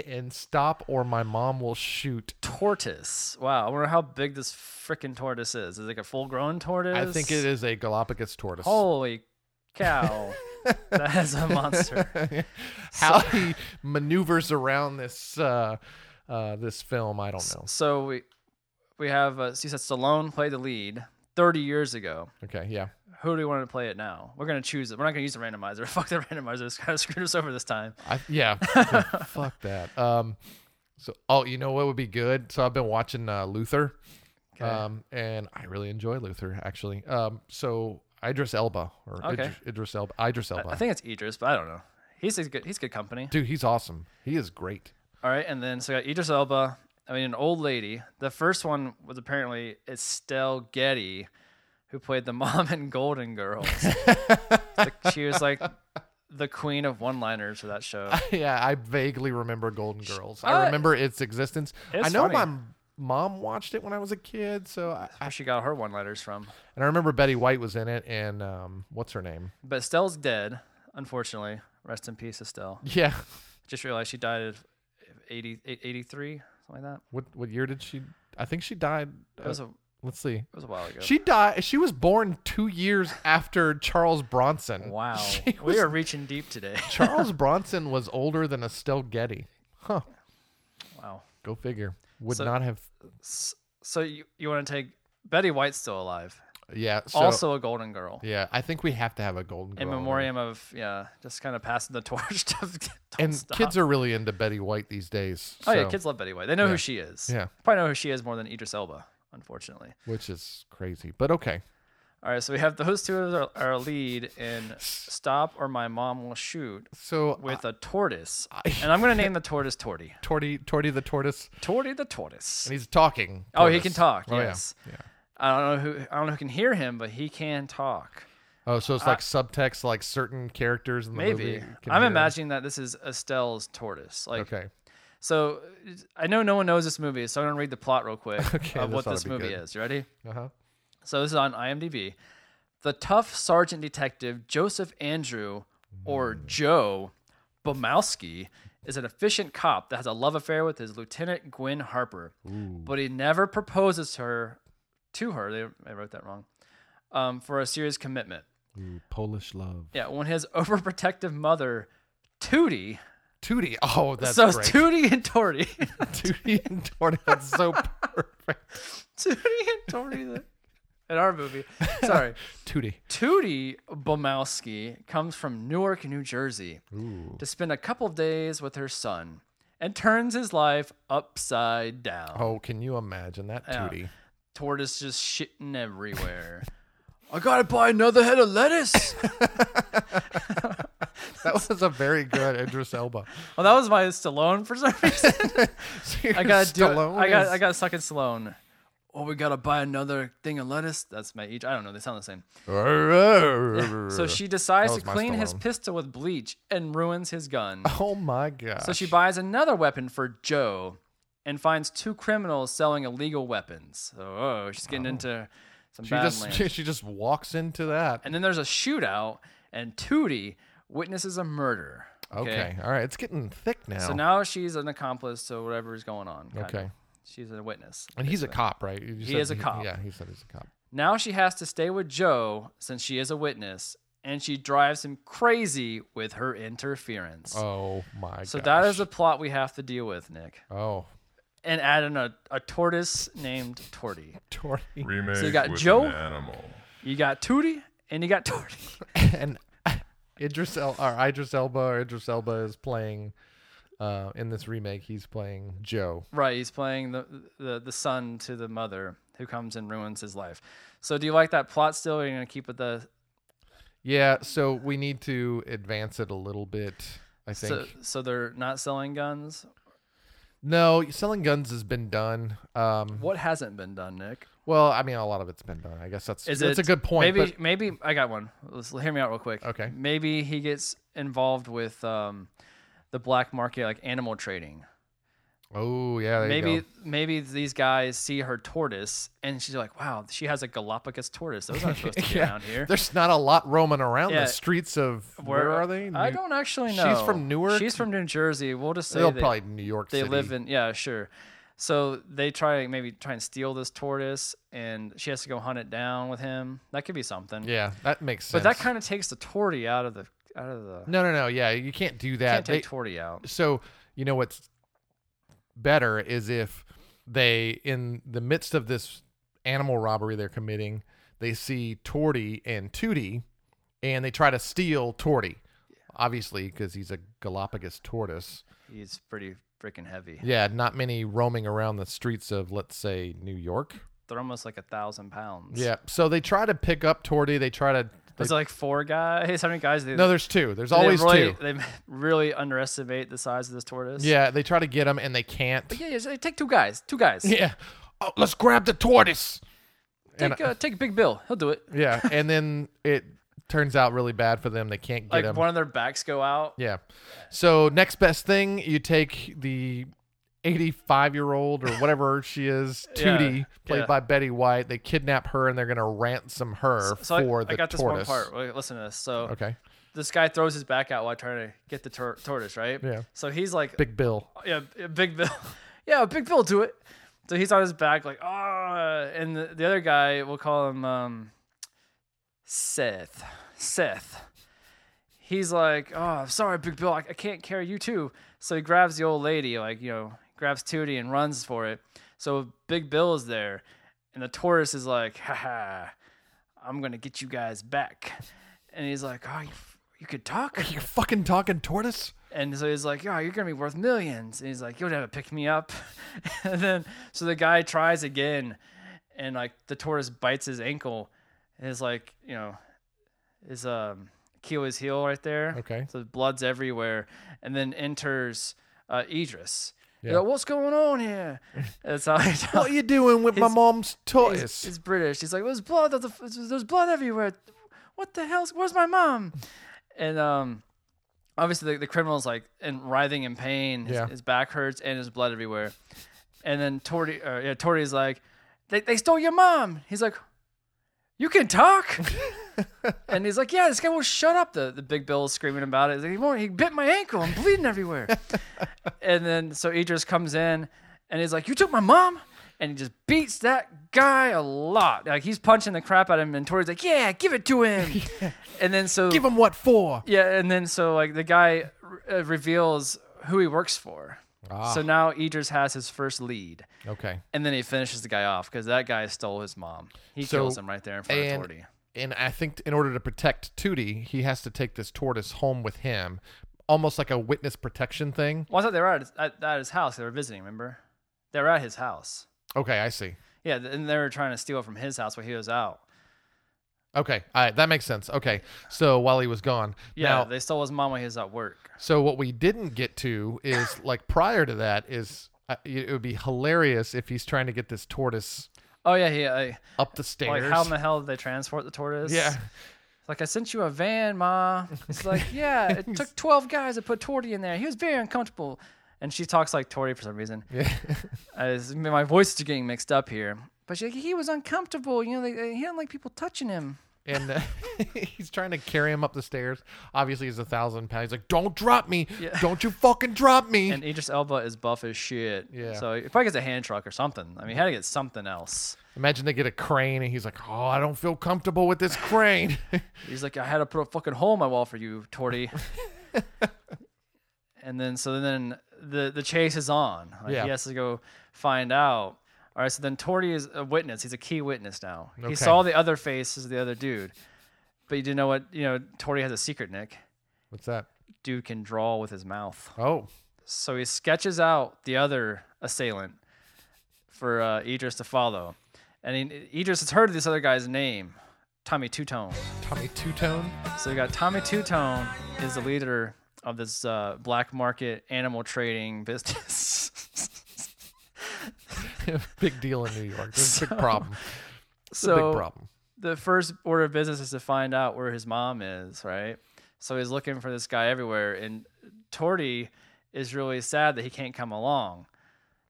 B: And stop, or my mom will shoot.
A: tortoise. Wow, I wonder how big this freaking tortoise is. Is it like a full-grown tortoise?
B: I think it is a Galapagos tortoise.
A: Holy
B: <laughs>
A: cow! that is a monster.
B: How he maneuvers around this uh, uh, this film, I don't know.
A: So we we have uh, so you said Stallone played the lead 30 years ago.
B: Okay, yeah.
A: Who do we want to play it now? We're gonna choose it. We're not gonna use the randomizer. <laughs> Fuck the randomizer. It's kind of screwed us over this time.
B: I, yeah,
A: <laughs>
B: fucking fuck that. Um, so oh, you know what would be good? So I've been watching uh, Luther, um, and I really enjoy Luther actually. Um, so Idris Elba or
A: Okay.
B: Idris, Idris Elba, Idris
A: I,
B: Elba.
A: I think it's Idris, but I don't know. He's a good. He's good company.
B: Dude, he's awesome. He is great. <laughs>
A: All right, and then so we got Idris Elba. I mean, an old lady. The first one was apparently Estelle Getty, who played the <laughs> mom in Golden Girls. Like, she was like the queen of one-liners for that
B: <laughs>
A: show.
B: yeah, I vaguely remember Golden Girls.
A: uh,
B: I remember its existence. I
A: it's
B: know
A: funny.
B: my m- mom watched it when I was a kid, so I,
A: Where she got her one-liners from.
B: and I remember Betty White was in it, and um, what's her name? <laughs>
A: But Estelle's dead, unfortunately. Rest in peace, Estelle.
B: Yeah.
A: Just realized she died at 80, 83, something like that.
B: What what year did she? I think she died.
A: It was
B: uh,
A: a, it
B: let's see.
A: was a while ago.
B: She died. She was born two years after Charles Bronson.
A: wow,
B: <laughs> She was-
A: we are reaching deep
B: <laughs>
A: today.
B: Charles Bronson was older than Estelle Getty. Huh.
A: wow.
B: Go figure. Would
A: So-
B: not have.
A: So you, you want to take Betty White's still alive.
B: Yeah. So,
A: also a golden girl
B: Yeah, I think we have to have a Golden Girl.
A: in memoriam of yeah just kind of passing the <laughs> torch to don't
B: And
A: stop.
B: kids are really into Betty White these days.
A: oh yeah
B: so-
A: kids love betty white they know who she is
B: Yeah.
A: probably know who she is more than idris elba unfortunately
B: Which is crazy, but okay.
A: all right so we have those two as our, our lead in stop or my mom will shoot
B: So
A: with
B: with
A: a tortoise and i'm going
B: <laughs>
A: to name the tortoise torty
B: Torty, Torty the tortoise,
A: torty the tortoise
B: and he's talking.
A: oh he
B: tortoise.
A: can talk
B: Oh, yeah,
A: yes
B: yeah.
A: i don't know who i don't know who can hear him but he can talk
B: Oh, so it's like subtext, like certain characters in the
A: maybe
B: movie. can
A: i'm
B: hear him.
A: imagining that this is estelle's tortoise like
B: Okay.
A: So I know no one knows this movie, so I'm gonna read the plot real quick
B: <laughs> Okay,
A: of
B: this
A: what
B: ought to
A: this
B: be
A: movie
B: good.
A: is. You ready?
B: Uh huh.
A: So this is on IMDb. The tough sergeant detective Joseph Andrew, or
B: Hmm.
A: Joe, Bomowski is an efficient cop that has a love affair with his lieutenant Gwen Harper, but he never proposes to her. To her, they, I wrote that wrong. Um, for a serious commitment.
B: Polish love.
A: Yeah, when his <laughs> overprotective mother, Tootie,
B: Tootie. <laughs> Oh, that's
A: so it's
B: great.
A: Tootie and Tortie. <laughs>
B: Tootie and Tortie. That's so perfect.
A: Tootie and Tony the, in our movie. <laughs> Sorry.
B: Tootie.
A: Tootie Bomowski comes from Newark, New Jersey to spend a couple of days with her son and turns his life upside down.
B: Oh, can you imagine that Tootie?
A: Tortoise just shitting everywhere. <laughs> I gotta buy another head of lettuce.
B: That was a very good Idris Elba.
A: <laughs> well, that was my Stallone for some <laughs> reason. <laughs> I gotta do. it.
B: Stallone
A: I got.
B: is-
A: I gotta suck in Stallone. Oh, we gotta buy another thing of lettuce. That's my each. I don't know. They sound the same.
B: <laughs>
A: So she decides
B: That
A: to
B: was my
A: clean his
B: Stallone.
A: pistol with bleach and ruins his <laughs> gun.
B: Oh my god.
A: so she buys another weapon for Joe and finds two criminals selling illegal weapons. So oh, she's getting into some
B: She
A: bad
B: just
A: land.
B: <laughs> she, she just walks into that.
A: and then there's a shootout, and Tootie witnesses a murder.
B: okay. All right. It's getting thick now.
A: So now she's an accomplice to whatever's going on. kind
B: Okay.
A: of. She's a witness.
B: and he's a cop, right? You
A: He
B: said
A: is a cop.
B: Yeah, he said he's a cop.
A: Now she has to stay with Joe since she is a witness, and she drives him crazy with her interference.
B: Oh my
A: so
B: gosh.
A: that is the plot we have to deal with, Nick.
B: Oh.
A: And add in a, a tortoise named Torty.
B: Tori.
F: Remake
A: you got
F: with
A: Joe?
F: an animal.
A: You got Tootie and you got <laughs> Torty.
B: <laughs> and Idris El or Idris Elba or Idris Elba is playing uh, in this remake. He's playing Joe.
A: Right, he's playing the, the the son to the mother who comes and ruins his life. So do you like that plot still? Or are you gonna keep it the
B: Yeah. So we need to advance it a little bit. I think.
A: so, so they're not selling guns?
B: no, selling guns has been done. Um,
A: What hasn't been done, Nick?
B: well, I mean, a lot of it's been done. I guess that's
A: Is
B: that's
A: it,
B: a good point.
A: Maybe maybe I got one. Let's hear me out real quick.
B: Okay.
A: Maybe he gets involved with um, the black market, like animal trading.
B: but, oh yeah, there
A: maybe
B: You go.
A: maybe these guys see her tortoise and she's like, "Wow, she has a Galapagos tortoise. Those aren't supposed to
B: <laughs>
A: be around here."
B: There's not a lot roaming around
A: Yeah.
B: the streets of where, are they?
A: I
B: New-
A: don't actually
B: She's
A: know.
B: from Newark?
A: She's from New Jersey. We'll just say
B: They'll
A: they,
B: probably New York
A: they
B: City.
A: live in yeah, sure. So they try maybe try and steal this tortoise, and she has to go hunt it down with him. That could be something.
B: Yeah, that makes
A: but
B: sense.
A: that kind of takes the torty out of the out of the.
B: no, no, no. Yeah, you can't do that.
A: can't take
B: They-
A: torty out.
B: so you know what's better is if they in the midst of this animal robbery they're committing they see torty and tootie and they try to steal torty obviously because he's a galapagos tortoise
A: He's pretty freaking heavy.
B: yeah not many roaming around the streets of let's say new york
A: They're almost like a thousand pounds.
B: yeah so they try to pick up torty they try to they,
A: There's like four guys. <laughs> How many guys? They,
B: no there's two there's
A: they
B: always
A: really,
B: two
A: They <laughs> really underestimate the size of this tortoise.
B: yeah they try to get him and they can't
A: Yeah, yeah, take two guys. Two guys.
B: yeah oh let's grab the tortoise
A: Take uh, take Big Bill. He'll do it.
B: Yeah, and then it turns out really bad for them. They can't get
A: like
B: him.
A: one of their backs go out.
B: yeah. So next best thing, you take the 85 year old or whatever she is,
A: <laughs> Yeah,
B: Tootie, played
A: yeah.
B: by Betty White. They kidnap her and they're gonna ransom her
A: So I-
B: for
A: I,
B: the
A: got this
B: tortoise.
A: one part. Wait, Listen to this. So
B: Okay.
A: this guy throws his back out while trying to get the tor- tortoise, right?
B: Yeah.
A: So he's like,
B: Big Bill.
A: yeah, yeah, Big Bill. <laughs> yeah, Big Bill, do it. So he's on his back, like, ah. And the, the other guy, we'll call him um, Seth. Seth. He's like, oh, I'm sorry, Big Bill. I, I can't carry you too. So he grabs the old lady, like, you know, grabs Tootie and runs for it. So Big Bill is there. And the tortoise is like, ha ha, I'm going to get you guys back. And he's like, oh, you, f- you could talk?
B: You're fucking
A: <sighs>
B: talking tortoise?
A: And so he's like, "Yeah, you're gonna be worth millions. And he's like, "You'll never pick me up." <laughs> and then so the guy tries again, and like the tortoise bites his ankle, and his like you know, his um Achilles heel right there.
B: Okay.
A: So blood's everywhere, and then enters uh, Idris. Yeah.
B: Yeah.
A: What's going on
B: <laughs>
A: here? That's how he talks.
B: What are you doing with my
A: His-
B: mom's
A: He's-
B: tortoise?
A: He's British. He's like, there's blood. There's, there's blood everywhere. What the hell's? Where's my mom? And um, obviously the, the criminal's like in writhing in pain. His,
B: Yeah.
A: his back hurts and his blood everywhere. And then Torty, uh, yeah, Torty's like, they, they stole your mom. He's like, you can
B: <laughs>
A: talk. and he's like, yeah, this guy will shut up. The the big bill is screaming about it. He's like, he won't. He bit my ankle. I'm bleeding
B: <laughs>
A: everywhere. and then so Idris comes in and he's like, "You took my mom," and he just beats that guy a lot. Like he's punching the crap out of him, and Tori's like, "Yeah, give it to
B: <laughs>
A: him." And then so
B: Give him what for?
A: yeah, and then so like the guy uh, reveals who he works for.
B: Ah.
A: So now Idris has his first lead,
B: Okay.
A: and then he finishes the guy off because that guy stole his mom. He
B: So-
A: kills him right there in front of Tori.
B: And I think in order to protect Tootie, he has to take this tortoise home with him, almost like a witness protection thing.
A: Well, I thought they were at his, at, at his house. They were visiting. Remember, they were at his house.
B: Okay, I see.
A: Yeah, th- and they were trying to steal from his house while he was out.
B: Okay, all right, that makes sense. Okay, so while he was gone,
A: Yeah,
B: Now,
A: they stole his mom while he was at work.
B: so what we didn't get to
A: <laughs>
B: is like prior to that is uh, it would be hilarious if he's trying to get this tortoise
A: Oh yeah, yeah. I-
B: up the stairs.
A: Like how in the hell did they transport the tortoise?
B: yeah,
A: Like I sent you a van, ma. It's
B: <laughs>
A: like yeah, it took twelve guys to put Torty in there. He was very uncomfortable. And she talks like Tori for some
B: <laughs>
A: reason. Yeah. my voices are getting mixed up here. But she's like, he was uncomfortable. You know, they, they- he didn't like people touching him.
B: and uh, <laughs> he's trying to carry him up the stairs. Obviously, he's a thousand pounds. He's like, "Don't drop me! Don't you fucking drop me!"
A: And Idris Elba is buff as shit.
B: Yeah.
A: So he probably gets a hand truck or something. I mean, he had to get something else.
B: Imagine they get a crane, and he's like, "Oh, I don't feel comfortable with this crane." <laughs>
A: He's like, I had to put a fucking hole in my wall for you, Torty. and then so then the the chase is on. Like,
B: Yeah.
A: He has to go find out. All right, so then Torty is a witness. He's a key witness now.
B: Okay.
A: He saw the other faces of the other dude. But you didn't know what, you know, Torty has a secret, Nick.
B: What's that?
A: Dude can draw with his mouth.
B: Oh,
A: So he sketches out the other assailant for uh, Idris to follow. And he, Idris has heard of this other guy's name, Tommy Two Tone.
B: Tommy Two Tone.
A: So we got Tommy Two Tone is the leader of this uh, black market animal trading <laughs> business.
B: big deal in New York. It's
A: <laughs>
B: a big problem. It's
A: so
B: a big problem.
A: the first order of business is to find out where his mom is, right? So he's looking for this guy everywhere, and Torty is really sad that he can't come along.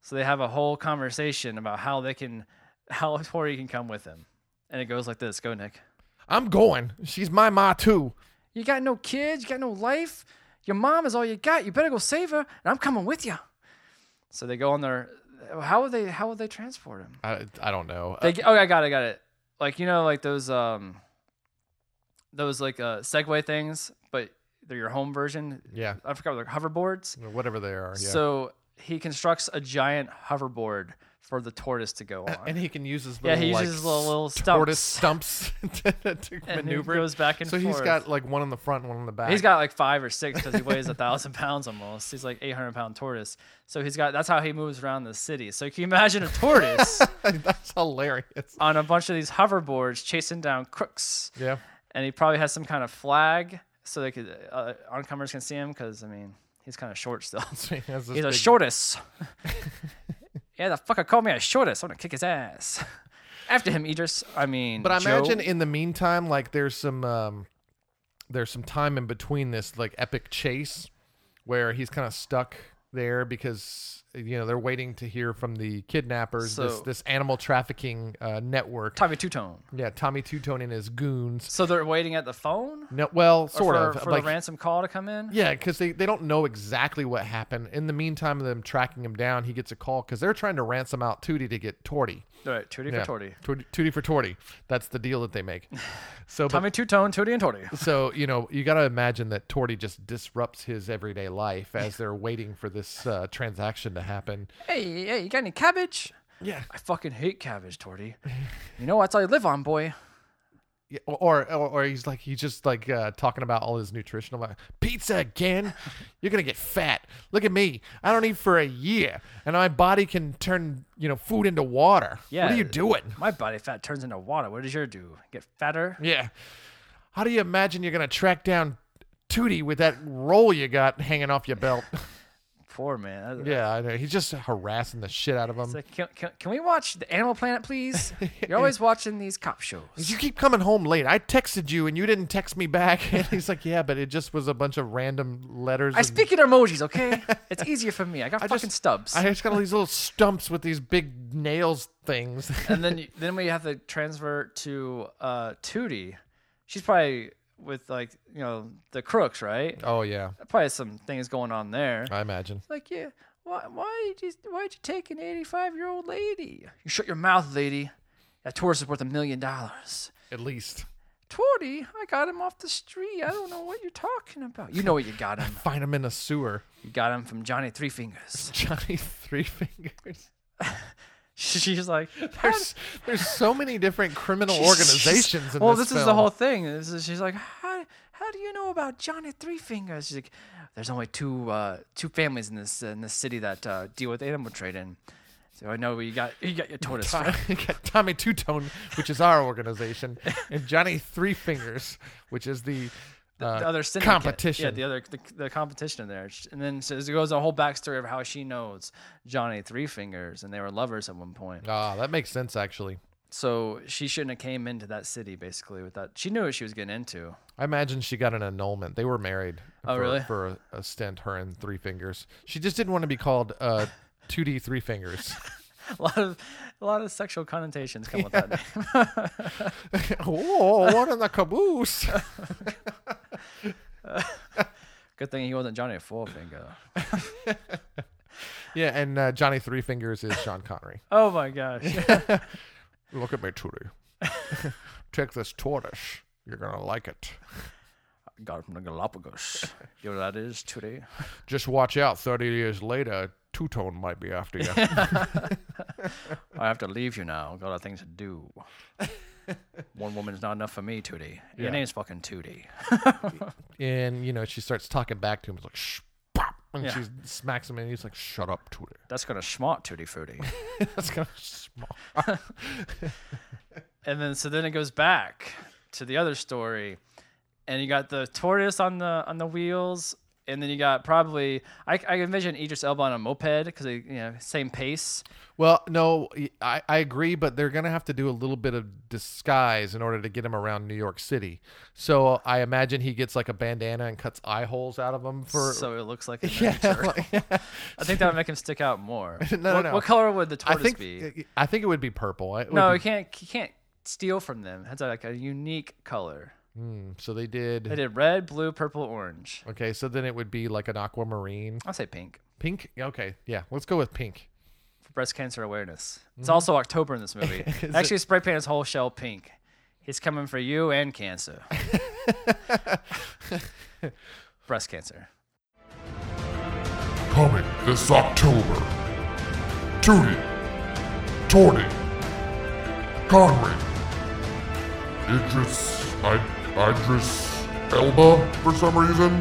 A: So they have a whole conversation about how they can, how <laughs> Torty can come with him, and it goes like this: Go, Nick.
B: I'm going. She's my ma too.
A: You got no kids, you got no life. Your mom is all you got. You better go save her, and I'm coming with you. So they go on their. How would they? How would they transport him?
B: I, I don't know.
A: They, oh, I got it, I got it. Like you know, like those um, those like uh Segway things, but they're your home version.
B: Yeah.
A: I forgot what they're hoverboards.
B: Uh, whatever they are. Yeah.
A: So he constructs a giant hoverboard for the tortoise to go on.
B: and he can use his
A: Yeah,
B: little,
A: he
B: like,
A: uses his little- little
B: s- tortoise stumps <laughs> to, to
A: <laughs> And he
B: maneuver.
A: goes back and
B: so he's
A: forth.
B: got like one in the front, and one in the back.
A: He's got like five or six because he weighs a thousand <laughs> pounds almost. He's like eight hundred pound tortoise. So he's got that's how he moves around the city. So can you imagine a
B: <laughs>
A: tortoise
B: <laughs> That's hilarious.
A: <laughs> on a bunch of these hoverboards chasing down crooks?
B: Yeah. <laughs>
A: And he probably has some kind of flag so they could uh, oncomers can see him because I mean he's kind of short
B: <laughs>
A: still.
B: He has this
A: he's a
B: big- <laughs>
A: shortest. yeah, the fucker called me a shortest. I'm gonna kick his ass. <laughs> After him, Idris. I mean,
B: But I
A: Joe.
B: imagine in the meantime, like there's some um, there's some time in between this like epic chase where he's kind of stuck there because you know they're waiting to hear from the kidnappers this
A: So-
B: this animal trafficking uh, network.
A: Tommy Two Tone.
B: yeah, Tommy Two Tone and his goons.
A: So they're waiting at the phone.
B: No, well,
A: Or
B: sort
A: for,
B: of.
A: for
B: like,
A: the ransom call to come in.
B: Yeah, because they, they don't know exactly what happened. In the meantime, of them tracking him down, he gets a call because they're trying to ransom out Tootie to get Torty.
A: Right, Tootie
B: Yeah.
A: for Torty.
B: Tootie, Tootie for Torty. That's the deal that
A: <laughs>
B: they make. So, but-
A: Tommy Two Tone, Tootie and Torty.
B: <laughs> so you know, you got to imagine that Torty just disrupts his everyday life as they're waiting for this uh, transaction to happen.
A: Hey, hey, you got any cabbage?
B: Yeah.
A: I fucking hate cabbage, Torty. you know that's all you live on, boy.
B: Yeah, or, or or he's like he's just like uh, talking about all his nutritional like, pizza again. You're gonna get fat. Look at me. I don't eat for a year, and my body can turn you know food into water. What
A: Yeah.
B: are you doing?
A: My body fat turns into water. What does your do? Get fatter?
B: Yeah. How do you imagine you're gonna track down Tootie with that roll you got hanging off
A: <laughs>
B: your belt?
A: Poor man. That-
B: yeah, I know. He's just harassing the shit out of him.
A: It's like, can, can, can we watch the Animal Planet,
B: <laughs>
A: please? You're always watching these cop shows.
B: you keep coming home late. I texted you and you didn't text me back. <laughs> And he's like, yeah, but it just was a bunch of random letters.
A: I
B: and-
A: speak in emojis, okay? It's easier for me. I got
B: <laughs> I
A: fucking
B: just-
A: stubs.
B: I just got all
A: <laughs>
B: these little stumps with these big nails things.
A: and then you- then we have to transfer to uh, Tootie. She's probably with like you know the crooks, right?
B: <laughs> oh yeah,
A: Probably some things going on there.
B: I imagine.
A: Like, yeah, why, why did you, why'd you take an 85 year old lady? You shut your mouth, lady. That tourist is worth a million dollars.
B: At least
A: Torty, I got him off the street. I don't know what you're talking about. You know what you got him.
B: find them in a sewer. <laughs>
A: You got him from Johnny Three Fingers.
B: Johnny
A: <laughs>
B: Three Fingers.
A: She's like,
B: There's there's so many
A: <laughs>
B: different criminal <laughs> organizations in
A: well,
B: this.
A: this, is the
B: film. <laughs>
A: whole thing. This is, she's like, how, how do you know about Johnny Three Fingers? She's like, there's only two uh, two families in this in this city that uh, deal with animal trading. So I know you got you
B: <laughs>
A: got your tortoise.
B: Tom- you got Tommy Two Tone, which is our
A: <laughs>
B: organization, and Johnny Three Fingers, which is the, uh,
A: the other syndicate.
B: competition.
A: Yeah, the other the, the competition in there, Sh- and then so it goes a whole backstory of how she knows Johnny Three Fingers, and they were lovers at one point.
B: Ah, that makes sense actually.
A: So she shouldn't have came into that city basically with that. She knew what she was getting into.
B: I imagine she got an annulment. They were married.
A: Oh,
B: for,
A: really?
B: For a,
A: <laughs>
B: a stint, her and Three Fingers. <laughs> She just didn't want to be called uh, 2D Three Fingers.
A: a <laughs> lot of a lot of sexual connotations come with that name.
B: oh, what in the caboose?
A: <laughs>
B: <laughs>
A: Good thing he wasn't Johnny Fourfinger.
B: yeah, and uh, Johnny Three Fingers is Sean Connery.
A: Oh my gosh.
B: Look at me, Tootie. Take this tortoise. You're gonna like it.
A: <laughs> Got it from the Galapagos. You know what that is today?
B: Just watch out. Thirty years later, Two Tone might be
A: <laughs>
B: after you.
A: I have to leave you now. Got other things to <laughs> do. One woman's not enough for me, Tootie. Your
B: Yeah.
A: name's fucking Tootie.
B: and you know, she starts talking back to him. It's like, shh, pop, and
A: Yeah.
B: she smacks him, and he's like, "Shut up, Tootie."
A: That's gonna smart Tootie <laughs> Fruity.
B: That's kind of small.
A: and then so then it goes back to the other story and you got the tortoise on the on the wheels and then you got probably i, I envision idris elba on a moped because they you know same pace
B: Well, no, I, I agree, but they're going to have to do a little bit of disguise in order to get him around New York City. So I imagine he gets like a bandana and cuts eye holes out of him for. <laughs>
A: so it looks <laughs> like a miniature turtle. i think that would make him stick out more
B: <laughs> No, no,
A: what,
B: no.
A: what color would the
B: I
A: tortoise
B: think
A: be
B: I think it would be purple. It would
A: no
B: be-
A: you can't you can't steal from them that's like a unique color
B: so they did.
A: they did red blue purple orange
B: Okay, so then it would be like an aquamarine,
A: i'll say pink
B: pink. Yeah, Okay, yeah, let's go with pink.
A: for breast cancer awareness.
B: Mm-hmm.
A: It's also October in this
B: <laughs>
A: movie. Actually, spray paint his whole shell pink. He's coming for you and
B: <laughs>
A: cancer. breast cancer.
F: Coming this October. Tootie. Torty. Connery. Idris. I, Idris Elba, for some reason.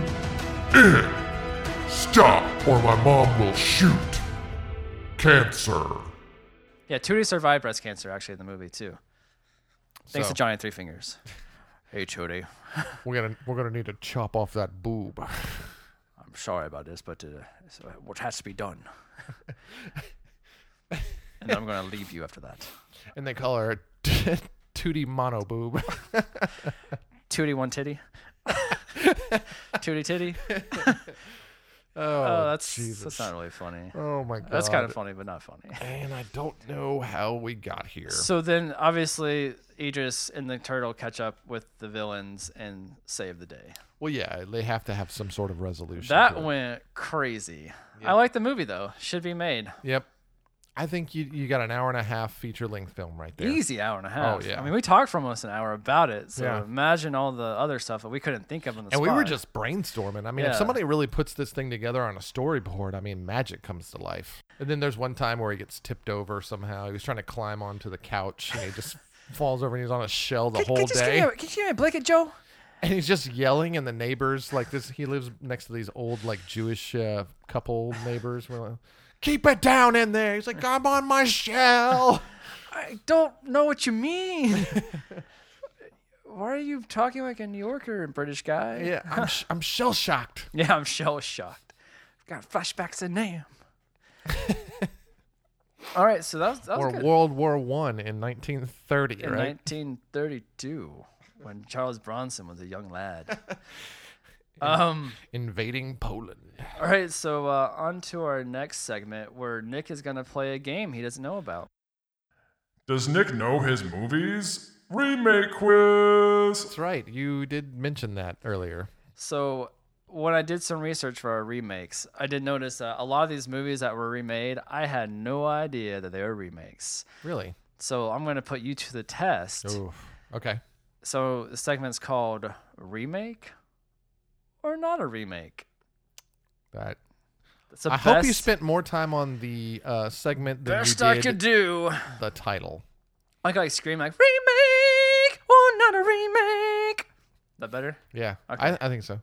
F: In. Stop, or my mom will shoot. Cancer.
A: Yeah, Tootie survived breast cancer actually in the movie too. Thanks
B: So-
A: to Johnny Three
B: <laughs>
A: Fingers. Hey Tootie,
B: We're gonna we're gonna need to chop off that boob.
A: I'm sorry about this, but uh, it's, uh, what has to be
B: <laughs>
A: done. and I'm gonna leave you after that.
B: and they call her <laughs> Tootie Mono Boob. <laughs>
A: Tootie one titty. Tootie
B: <laughs>
A: titty. oh, that's that's not really funny.
B: Oh my god,
A: That's kind of funny, but not funny.
B: And I don't know how we got here.
A: So then, obviously, Idris and the turtle catch up with the villains and save the day.
B: Well, yeah, they have to have some sort of resolution. to
A: That
B: it.
A: went crazy. I like the movie though. Should be made.
B: Yep. I think you you got an hour and a half feature length film right there.
A: Easy hour and a half.
B: Oh, yeah.
A: I mean, we talked for almost an hour about it. So
B: Yeah.
A: imagine all the other stuff that we couldn't think of on the
B: And we were
A: spot.
B: just brainstorming. I mean, if
A: Yeah.
B: somebody really puts this thing together on a storyboard, I mean, magic comes to life. And then there's one time where he gets tipped over somehow. He was trying to climb onto the couch and he
A: <laughs>
B: just falls over and he's on a shell the whole
A: Can
B: day.
A: you, can you give me a blanket, Joe?
B: and he's just yelling and the neighbors like this he lives next to these old like jewish uh, couple neighbors were like, keep it down in there he's like i'm on my shell
A: I don't know what you
B: <laughs>
A: mean. Why are you talking like a New Yorker and British guy?
B: yeah i'm, sh- I'm shell shocked
A: Yeah, I'm shell shocked. Got flashbacks in
B: <laughs>
A: name. All right, so that was, that was
B: or
A: good.
B: world war one in 1930
A: in
B: right
A: 1932 when Charles Bronson was a young
B: <laughs>
A: lad. um.
B: invading poland
A: All right, so uh, on to our next segment where Nick is gonna play a game he doesn't know about.
F: Does Nick know his movies? Remake quiz.
B: that's right you did mention that earlier
A: So when I did some research for our remakes, I did notice that a lot of these movies that were remade, I had no idea that they were remakes.
B: really
A: So I'm gonna put you to the test.
B: Oof. okay
A: So the segment's called remake or not a remake.
B: that
A: It's the
B: i hope you
A: best-
B: spent more time on the uh, segment than
A: best
B: you
A: I
B: did
A: could do.
B: the title
A: I could like scream like remake or not a remake. That better?
B: yeah
A: Okay.
B: I, I think so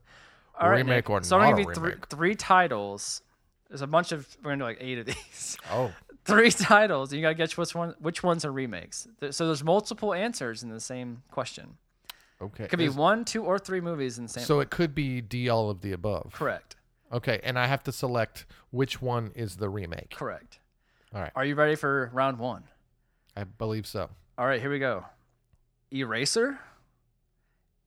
A: All right,
B: Remake
A: Nick.
B: or
A: so I'm
B: not
A: gonna
B: a
A: give you three,
B: remake.
A: three titles. There's a bunch of we're gonna do like eight of these. <laughs>
B: oh
A: three titles. And you gotta guess which one which ones are remakes. Th- So there's multiple answers in the same question.
B: okay
A: It could be one, two, or three movies in the same.
B: So it could be D all of the above.
A: correct.
B: Okay, and I have to select which one is the remake.
A: Correct.
B: All right.
A: Are you ready for round one?
B: I believe so.
A: All right, here we go. Eraser,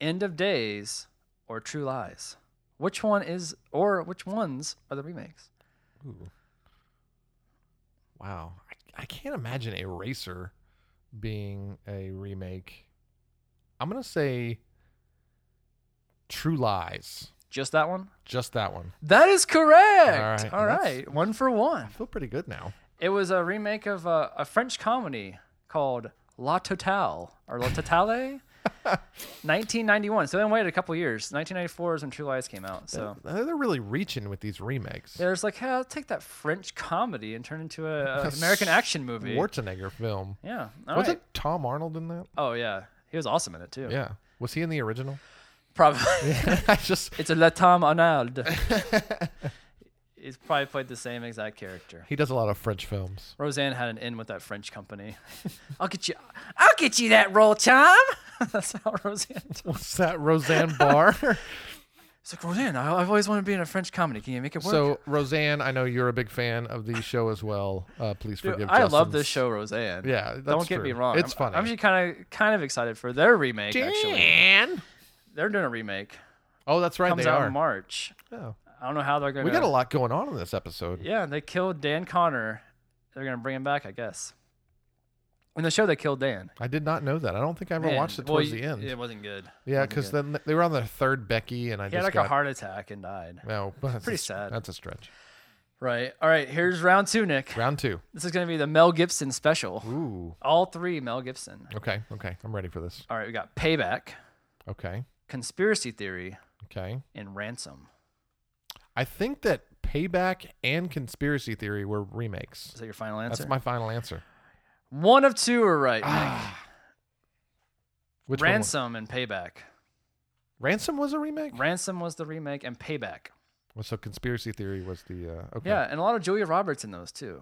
A: End of Days, or True Lies. Which one is, or which ones are the remakes?
B: Wow, I, I can't imagine Eraser being a remake. I'm gonna say True Lies,
A: Just that one?
B: just that one.
A: That is correct.
B: right,
A: All
B: that's-
A: right. One for one.
B: I feel pretty good now.
A: It was a remake of a, a French comedy called La Totale or La
B: <laughs>
A: Totale, 1991. So then waited a couple years. 1994 is when True Lies came out. So
B: They're they're really reaching with these remakes.
A: there's like, hey, I'll take that French comedy and turn it into a, a American action movie.
B: Schwarzenegger film.
A: yeah. all
B: was
A: right.
B: it Tom Arnold in that?
A: Oh yeah, he was awesome in it too.
B: Yeah. Was he in the original? <laughs>
A: Probably.
B: I just
A: it's a Latam
B: <laughs>
A: Arnold. He's probably played the same exact character.
B: he does a lot of French <laughs> films.
A: Roseanne had an in with that French company. <laughs> I'll get you. I'll get you that roll, Tom. <laughs> That's how Roseanne. Talks.
B: What's that Roseanne <laughs> Barr?
A: It's like Roseanne. I, I've always wanted to be in a French comedy. Can you make it work?
B: so Roseanne, I know you're a big fan of the show as well. Uh, please
A: Dude,
B: forgive.
A: I love this
B: Justin's-
A: show, Roseanne.
B: Yeah,
A: Don't
B: that's
A: get me
B: true.
A: wrong.
B: It's
A: I'm, I'm
B: funny.
A: actually kind of kind of excited for their remake. Actually, they're doing a remake.
B: Oh, that's right.
A: Comes
B: they
A: out
B: are.
A: in March.
B: Oh.
A: I don't know how they're going.
B: We got a lot going on in this episode.
A: Yeah, they killed Dan Connor. They're gonna bring him back, I guess. In the show, they killed Dan.
B: I did not know that. I don't think I ever
A: Man,
B: watched it
A: well,
B: towards
A: you-
B: the end.
A: It wasn't good.
B: Yeah,
A: Wasn't
B: because
A: good.
B: then they were on their third Becky, and I
A: he
B: just
A: had like
B: got
A: a heart attack and died.
B: No, <laughs> that's
A: Pretty
B: a str-
A: sad.
B: That's a stretch.
A: Right. All right. Here's round two, Nick.
B: Round two.
A: This is gonna be the Mel Gibson special.
B: Ooh.
A: All three Mel Gibson.
B: Okay. Okay. I'm ready for this.
A: All right. We got Payback,
B: Okay.
A: Conspiracy Theory,
B: Okay.
A: and Ransom.
B: I think that Payback and Conspiracy Theory were remakes.
A: Is that your final
B: That's
A: answer?
B: my final answer.
A: One of two are right. Nick.
B: Which one was-
A: Ransom and Payback.
B: Ransom was a remake.
A: Ransom was the remake, and Payback.
B: Well, so Conspiracy Theory was the uh, okay.
A: Yeah, and a lot of Julia Roberts in those too.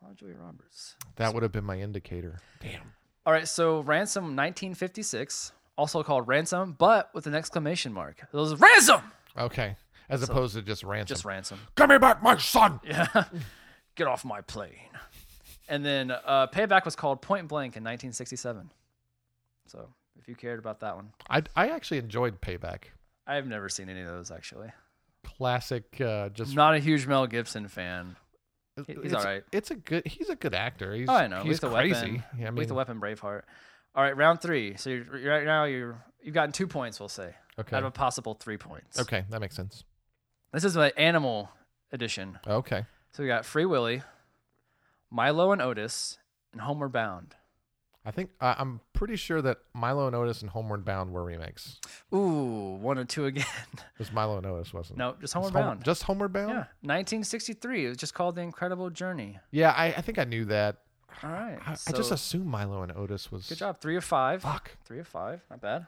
A: A lot of Julia Roberts.
B: That would have been my indicator. Damn.
A: All right, so Ransom 1956, also called Ransom, but with an exclamation mark. It was Ransom!
B: Okay. As opposed to just Ransom.
A: Just Ransom.
F: Give me back my son!
A: <laughs> Get off my plane. And then uh, Payback was called Point Blank in 1967. So if you cared about that one,
B: I I actually enjoyed Payback.
A: I've never seen any of those actually.
B: Classic. Uh, just
A: I'm not a huge Mel Gibson fan. He- he's
B: it's,
A: alright.
B: It's a good. He's a good actor. He's,
A: Oh, I know.
B: He's
A: Lethal
B: crazy.
A: Weapon.
B: Yeah, I mean,
A: Lethal Weapon, Braveheart. All right, round three. So you're, you're- right now you're you've gotten two points, we'll say,
B: Okay.
A: out of a possible three points.
B: Okay, that makes sense.
A: This is my animal edition.
B: Okay.
A: So we got Free Willy, Milo and Otis, and Homeward Bound.
B: I think uh, I'm pretty sure that Milo and Otis and Homeward Bound were remakes.
A: Ooh, one and two again. <laughs>
B: Because Milo and Otis wasn't.
A: no, just
B: It's
A: Homeward
B: Home-
A: Bound.
B: Just Homeward Bound.
A: yeah,
B: Yeah,
A: 1963. It was just called The Incredible Journey.
B: I, I think I knew that.
A: All right.
B: I,
A: so
B: I just assumed Milo and Otis was.
A: good job. Three of five.
B: Fuck.
A: Three of five. Not bad.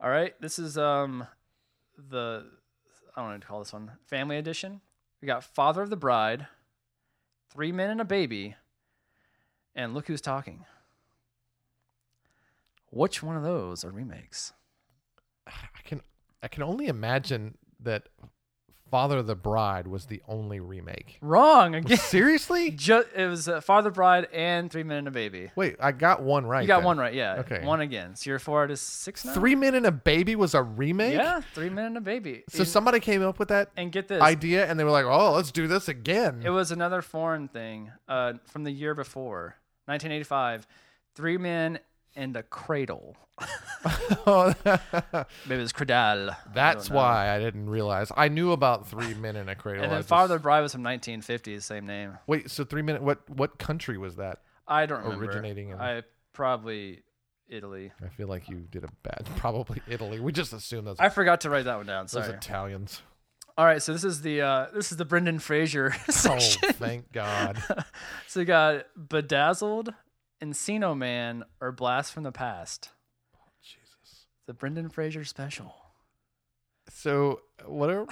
A: All right. This is um the I don't know what to call this one. Family edition. We got Father of the Bride, Three Men and a Baby, and Look Who's Talking. Which one of those are remakes?
B: I can I can only imagine that Father of the Bride was the
A: <laughs>
B: only remake.
A: Wrong again. <laughs>
B: Seriously?
A: Ju- it was uh, Father Bride and Three Men and a Baby.
B: Wait, I got one right.
A: You got
B: then.
A: one right, yeah.
B: Okay.
A: One again. So you're four out of six now.
B: Three Men and a Baby was a remake.
A: Yeah, Three Men and a Baby.
B: So
A: And-
B: somebody came up with that
A: and get this.
B: idea, and they were like, "Oh, let's do this again."
A: It
B: <laughs>
A: was another foreign thing uh, from the year before, 1985. Three men and a cradle. Maybe it's cradle.
B: That's why I didn't realize. I knew about Three <laughs> Men in a Cradle.
A: And
B: I
A: then
B: just-
A: Father Bride was from 1950, same name.
B: Wait, so Three Men. What what country was that?
A: I don't remember.
B: Originating in-
A: I probably Italy.
B: I feel like you did a bad. <laughs> Probably Italy. We just assume those,
A: I forgot to write that one down.
B: <laughs> those
A: Sorry.
B: Italians.
A: <laughs> All right, so this is the uh, this is the Brendan Fraser <laughs>
B: Oh,
A: section.
B: thank God.
A: <laughs> So you got Bedazzled, Encino Man, or Blast from the Past.
B: Oh,
A: Jesus. The Brendan Fraser special.
B: So what are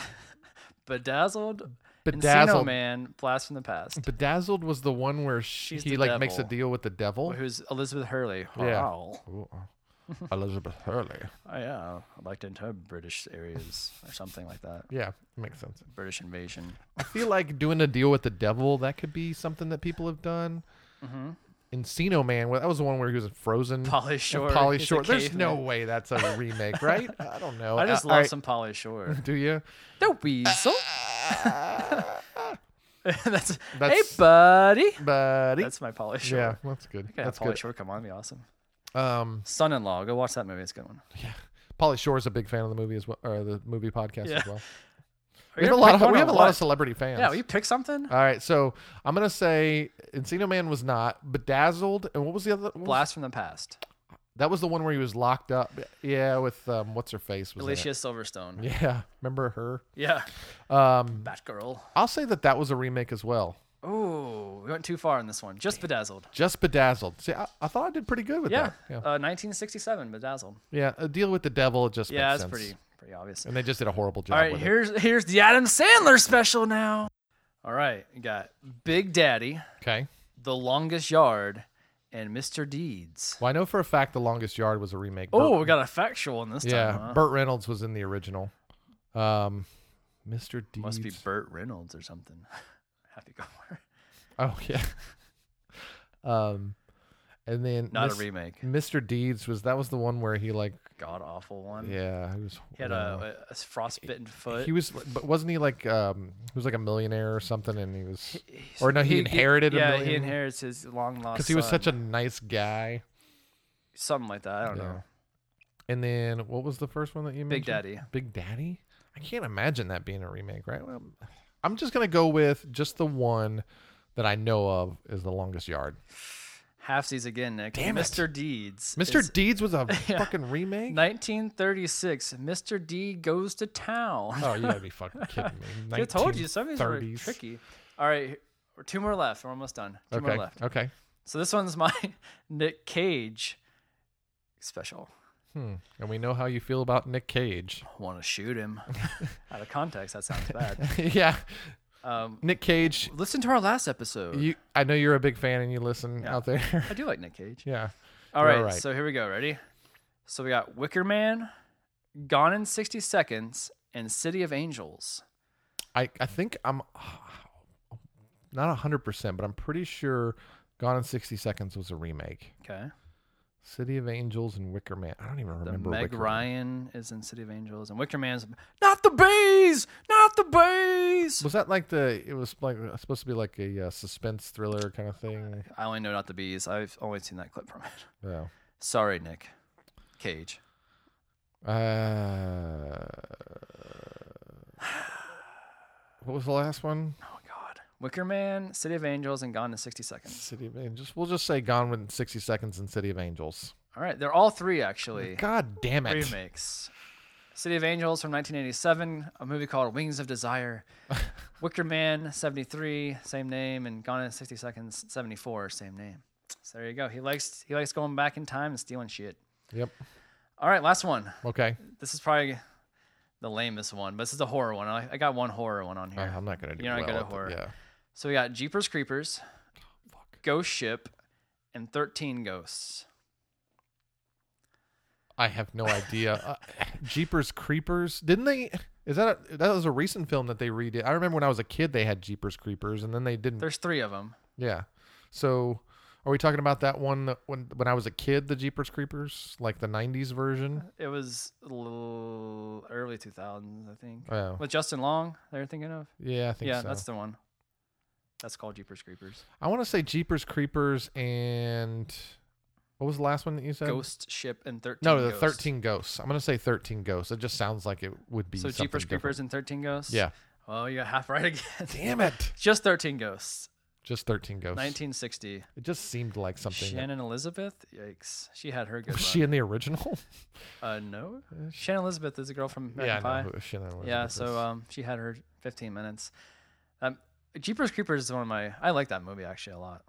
A: Bedazzled, <laughs> Encino
B: Bedazzled.
A: Man, Blast from the Past.
B: Bedazzled was the one where she,
A: She's
B: he
A: the
B: like makes a
A: devil.
B: deal with the devil.
A: Who's Elizabeth Hurley?
B: Yeah.
A: Wow.
B: Ooh, uh.
A: <laughs>
B: Elizabeth Hurley.
A: Oh, yeah. I'd like to enter British areas or something like that.
B: Yeah, makes sense.
A: British invasion.
B: I feel like doing a deal with the devil that could be something that people have done.
A: Mm-hmm.
B: Encino Man, well, that was the one where he was frozen.
A: Polly
B: and
A: Shore,
B: Polly
A: he's a
B: Shore. There's no
A: caveman.
B: way that's a
A: <laughs>
B: remake, right? I don't know.
A: I just
B: Uh,
A: love
B: <laughs> alright,
A: some Polly Shore.
B: Do you?
A: the Weasel. <laughs> that's,
B: That's-
A: hey, buddy.
B: Buddy.
A: That's my Polly Shore.
B: yeah, that's good.
A: Yeah,
B: That's
A: Polly
B: good.
A: Shore, come on, be awesome.
B: Um,
A: Son-in-law, go watch that movie. It's a good one.
B: Polly Shore is a big fan of the movie as well, or the movie podcast
A: Yeah.
B: as well.
A: Are
B: We
A: you
B: have
A: gonna
B: a lot
A: pick
B: of
A: one
B: we
A: or
B: have a lot
A: what?
B: of Uh, celebrity fans.
A: Yeah, will you pick something?
B: All right, so I'm gonna say Encino Man was not bedazzled, and what was the other? what was-
A: Blast from the Past.
B: that was the one where he was locked up. Yeah, with um, what's her face? Was in it.
A: Alicia Silverstone.
B: Yeah, remember her?
A: Yeah.
B: Um,
A: Batgirl.
B: I'll say that that was a remake as well.
A: Ooh, we went too far in this one. Just Bedazzled.
B: Just bedazzled. See, I, I thought I did pretty good with
A: Yeah.
B: that. Yeah,
A: Uh, 1967, Bedazzled.
B: yeah. A deal with the devil it just
A: Yeah, that's
B: makes sense.
A: pretty pretty obvious.
B: And they just did a horrible job.
A: All right,
B: with
A: here's here's the Adam Sandler special now. All right, you got Big Daddy,
B: it. okay.
A: The Longest Yard, and Mr. Deeds.
B: Well, I know for a fact the longest yard was a remake.
A: Oh,
B: Burt-
A: we got a factual in this
B: yeah.
A: time. huh?
B: Burt Reynolds was in the original. Um, Mr. Deeds.
A: Must be Burt Reynolds or something. <laughs> Happy go lucky.
B: Oh <laughs> yeah. um, and then
A: Not
B: Mis-
A: a remake.
B: Mr. Deeds was that was the one where he like
A: God awful one.
B: yeah he was
A: Um, He had
B: uh,
A: a, a frostbitten foot.
B: he was but wasn't he like um he was like a millionaire or something and he was or no he, inherited
A: yeah,
B: a
A: he
B: million
A: inherits his long lost.
B: because he was such a
A: son.
B: nice guy
A: something like that. I don't know.
B: and then what was the first one that you
A: Big
B: mentioned?
A: Daddy.
B: Big Daddy I can't imagine that being a remake right well, I'm just gonna go with just the one that I know of is the longest yard
A: Halfsies again, Nick.
B: Damn it.
A: Mr. Deeds.
B: Mr.
A: is-
B: Deeds
A: <laughs>
B: was a fucking remake
A: 1936, Mr. D goes to town.
B: oh you gotta be fucking kidding me
A: <laughs> I told you, some of these were
B: 1930s.
A: tricky. All right, we're two more left. We're almost done. Two more
B: okay
A: left.
B: okay
A: So this one's my <laughs> Nick Cage special.
B: and we know how you feel about Nick Cage <laughs>
A: Want to shoot him? Out of context, that sounds bad.
B: yeah
A: Um,
B: Nick Cage
A: listen to our last episode.
B: You, I know you're a big fan and you listen out there. <laughs>
A: I do like Nick Cage.
B: yeah.
A: All
B: You're
A: right,
B: all right.
A: so here we go. Ready? So we got Wicker Man, Gone in 60 Seconds, and City of Angels.
B: I, I think I'm not 100%, but I'm pretty sure Gone in 60 Seconds was a remake.
A: Okay.
B: City of Angels and Wicker Man. I don't even
A: The
B: remember
A: Meg
B: Wicker Man.
A: Ryan is in City of Angels, and Wicker Man's not the bees, not the bees.
B: Was that like the, it was like supposed to be like a uh, suspense thriller kind of thing?
A: I only know not the bees. I've only seen that clip from it. <laughs>
B: No.
A: Sorry, Nick Cage.
B: Uh, <sighs> what was the last one?
A: Oh God, Wicker Man, City of Angels, and Gone in sixty seconds.
B: City of Angels. We'll just say Gone in 60 Seconds and City of Angels.
A: All right, they're all three actually
B: God damn it.
A: remakes. City of Angels from 1987, a movie called Wings of
B: <laughs>
A: Desire. Wicker Man 73, same name, and Gone in 60 Seconds 74, same name. So there you go. He likes he likes going back in time and stealing shit.
B: Yep.
A: All right, last one.
B: Okay.
A: This is probably the lamest one, but this is a horror one. I, I got one horror one on
B: Uh,
A: here.
B: I'm not gonna do
A: You're not
B: well
A: good at
B: at the-
A: horror.
B: Yeah.
A: So we got Jeepers Creepers,
B: Oh,
A: Ghost Ship, and 13 Ghosts.
B: I have no idea. Uh, Jeepers Creepers. Didn't they? Is that a, that was a recent film that they redid? I remember when I was a kid, they had Jeepers Creepers, and then they didn't.
A: There's three of them.
B: yeah. So, are we talking about that one that when when I was a kid, the Jeepers Creepers, like the '90s version?
A: It was l- early 2000s, I think.
B: Oh.
A: With Justin Long, they're thinking of.
B: Yeah, I think
A: Yeah,
B: so.
A: that's the one. That's called Jeepers Creepers.
B: I want to say Jeepers Creepers and what was the last one that you said?
A: Ghost Ship and 13
B: No, the
A: Ghosts.
B: 13 Ghosts. I'm gonna say 13 Ghosts. It just sounds like it would be
A: So
B: something
A: Jeepers
B: different.
A: Creepers and 13 Ghosts?
B: Yeah.
A: Well, you got half right
B: <laughs>
A: again.
B: Damn it!
A: Just 13 Ghosts.
B: Just 13 Ghosts.
A: 1960.
B: It just seemed like something. that-
A: Shannon Elizabeth? Yikes. She had her good
B: was
A: run.
B: <laughs> she in the original?
A: Uh, no. Shannon Elizabeth is a girl from American
B: yeah, I
A: Pie.
B: know who Shannon Elizabeth
A: yeah,
B: is.
A: so um, she had her 15 minutes. Um, Jeepers Creepers is one of my. I like that movie actually a lot.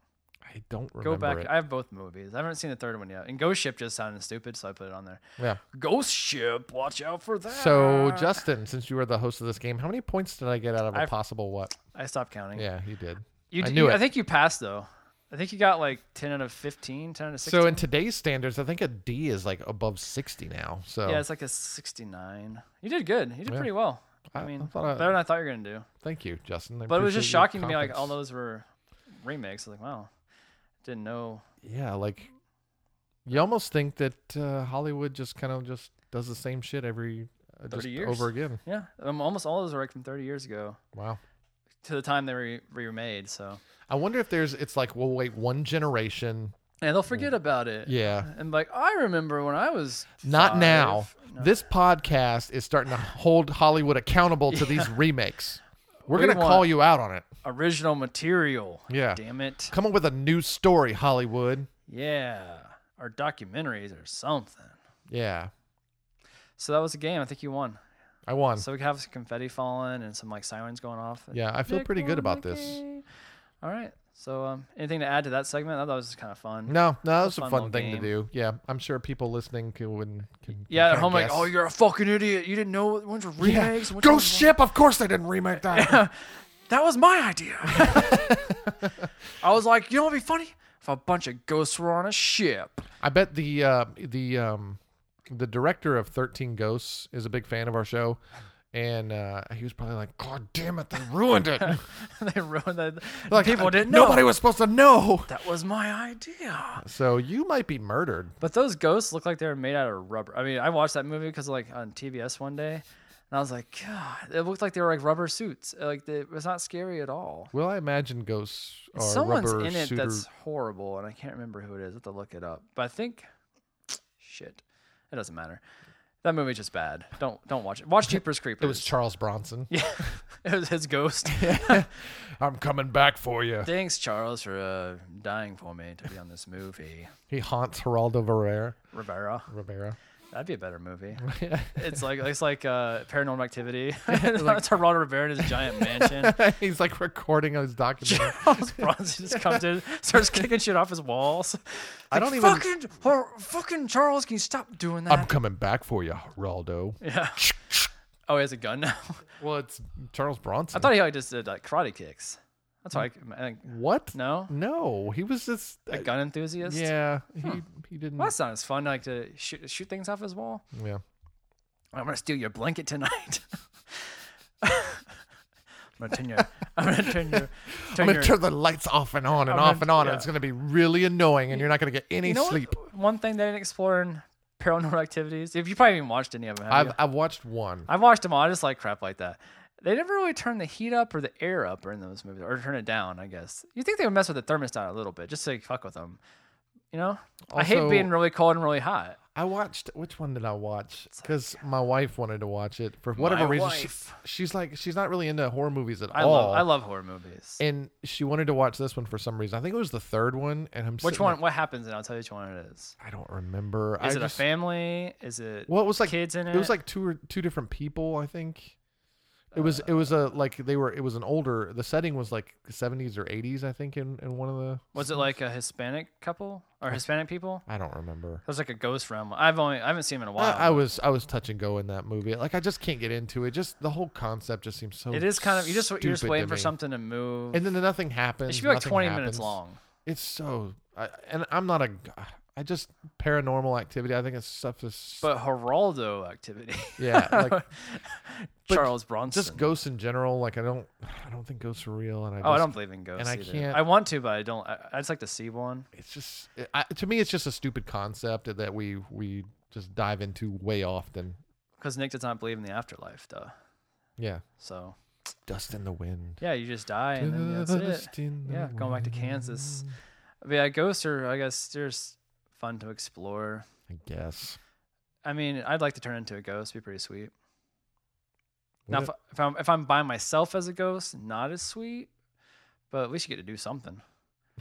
B: I don't
A: Go
B: remember
A: back.
B: it.
A: I have both movies. I haven't seen the third one yet. And Ghost Ship just sounded stupid, so I put it on there.
B: yeah.
A: Ghost Ship, watch out for that.
B: So Justin, since you were the host of this game, how many points did I get out of a
A: I've-
B: possible what?
A: I stopped counting.
B: Yeah, you did.
A: you,
B: I
A: d-
B: knew
A: you-
B: it.
A: I think you passed though. I think you got like 10 out of 15, 10 out of 16.
B: So in today's standards, I think a D is like above sixty now. So
A: yeah, it's like a 69. You did good. You did pretty well. I,
B: I- I
A: mean,
B: thought I-
A: better than I thought you were gonna do.
B: thank you, Justin. I
A: But it was
B: appreciate
A: just
B: your
A: shocking to me. Like all
B: confidence.
A: those were remakes. I was like, wow, didn't know.
B: Yeah, like you almost think that uh, Hollywood just kind of just does the same shit every uh, just
A: years.
B: over again.
A: Yeah, um, almost all those are like from 30 years ago.
B: Wow.
A: to the time they were remade. So
B: I wonder if there's. It's like we'll wait one generation.
A: and they'll forget about it.
B: Yeah.
A: and like I remember when I was
B: Not
A: five."
B: now.
A: No.
B: This podcast is starting to hold Hollywood accountable
A: <laughs>
B: to these remakes. We're
A: We
B: gonna call
A: want-
B: you out on it.
A: original material.
B: Yeah.
A: damn it.
B: Come up with a new story, Hollywood.
A: Yeah, or documentaries or something.
B: Yeah,
A: So that was the game. I think you won.
B: I won.
A: So we have some confetti falling and some like sirens going off.
B: Yeah, I feel
A: Nick
B: pretty good
A: won
B: about
A: the
B: this.
A: game. All right. So um, anything to add to that segment? I thought it was just kind of fun.
B: No, no, that was a
A: fun
B: fun
A: little
B: thing
A: game.
B: to do. Yeah, I'm sure people listening can. can, can
A: Yeah, at
B: kinda
A: home like,
B: guess.
A: oh, you're a fucking idiot. You didn't know what ones were
B: yeah.
A: remakes. and which ones
B: Ghost
A: weren't."
B: Ship. Of course they didn't
A: <laughs>
B: remake that.
A: That was my
B: <laughs>
A: idea. I was like, you know what'd be funny? If a bunch of ghosts were on a ship. <laughs>
B: I bet the uh, the um, the director of Thirteen Ghosts is a big fan of our show, and uh, he was probably like, "God damn it, they ruined it!
A: <laughs> they ruined that.
B: like
A: People didn't know.
B: Nobody was supposed to know."
A: That was my idea.
B: So you might be murdered.
A: But those ghosts look like they were made out of rubber. I mean, I watched that movie because like on TBS one day, and I was like, God, it looked like they were like rubber suits. Like they, it was not scary at all.
B: Well, I imagine ghosts are
A: Someone's
B: rubber
A: in it
B: suitor-
A: that's horrible, and I can't remember who it is. I have to look it up. But I think, shit, it doesn't matter. That movie's just bad. Don't don't watch it.
B: <laughs>
A: Watch Jeepers Creepers. <laughs>
B: It was Charles Bronson.
A: yeah, <laughs> it was his ghost.
B: <laughs> I'm coming back for you.
A: Thanks, Charles, for uh, dying for me to be on this movie.
B: He haunts Geraldo Rivera.
A: Rivera,
B: Rivera. <laughs>
A: that'd be a better movie. it's like it's like uh, Paranormal
B: <laughs>
A: Activity. <laughs> it's Geraldo Rivera in his giant mansion.
B: He's like recording
A: <laughs>
B: his documentary.
A: Charles Bronson just comes in, starts kicking shit off his walls.
B: I
A: Like,
B: don't even-
A: Fucking, hor- fucking Charles, can you stop doing that?
B: I'm coming back for you, Geraldo.
A: Yeah. oh, he has a gun now. <laughs>
B: Well, it's Charles Bronson.
A: I thought he like just did like karate kicks. That's why I, I think.
B: what?
A: No,
B: No, he was just. uh,
A: a gun enthusiast.
B: yeah, he he didn't.
A: Well, that's not as fun. Like to shoot shoot things off his wall.
B: Yeah.
A: I'm gonna steal your blanket tonight. <laughs> I'm gonna turn your. I'm gonna
B: <laughs>
A: turn your. Turn
B: I'm gonna
A: your
B: turn the lights off and on and
A: I'm
B: off
A: gonna-
B: and on,
A: Oh, yeah.
B: and it's gonna be really annoying, and you're not gonna get any
A: you know what?
B: sleep.
A: One thing they didn't explore in paranormal <laughs> activities. If you probably even watched any of them, have
B: I've
A: you?
B: I've watched one.
A: I've watched them all. I just like crap like that. They never really turn the heat up or the air up or in those movies, or turn it down. I guess you think they would mess with the thermostat a little bit just to fuck with them. You know, I hate
B: Also-
A: being really cold and really hot.
B: I watched which one did I watch? Because my wife wanted to watch it for whatever
A: My
B: reason. she-
A: wife.
B: she's like she's not really into horror movies at
A: I
B: all.
A: love I love horror movies.
B: And she wanted to watch this one for some reason. I think it was the third one. And I'm
A: which
B: sitting
A: one?
B: there-
A: What happens? And I'll tell you which one it is.
B: I don't remember.
A: Is
B: I
A: it
B: just-
A: a family? Is it
B: Well, it was like
A: kids in it?
B: It was like two or two different people. I think it was it was a
A: Uh.
B: like they were it was an older. The setting was like 70s or 80s. I think in in one of the
A: was it like a Hispanic couple or Hispanic people?
B: I don't remember.
A: It was like a ghost realm. I've only I haven't seen him in a while.
B: I, I was I was touch and go in that movie. Like I just can't get into it. Just the whole concept just seems so.
A: it is kind of you just you're just
B: stupid to
A: waiting for
B: me.
A: something to move.
B: and then nothing happens.
A: it should be like
B: nothing
A: twenty minutes
B: happens.
A: long.
B: It's so, I, and I'm not a. I just paranormal activity. I think it's stuff is.
A: But Geraldo activity. <laughs>
B: yeah, like but
A: Charles Bronson.
B: just ghosts in general. Like I don't, I don't think ghosts are real, and I. Just,
A: Oh, I don't believe in ghosts.
B: and I
A: either.
B: can't-
A: I want to, but I don't. I, I just like to see one.
B: It's just I, to me, it's just a stupid concept that we we just dive into way often.
A: Because Nick does not believe in the afterlife, though.
B: Yeah,
A: So
B: dust in the wind.
A: yeah, you just die and then that's it.
B: <laughs> Dust in the
A: Yeah, going back to Kansas. But yeah, ghosts are. I guess they're just fun to explore.
B: I guess.
A: I mean, I'd like to turn into a ghost. It'd be pretty sweet. Now,
B: Would
A: if, if I'm if I'm by myself as a ghost, not as sweet. But at least you get to do something.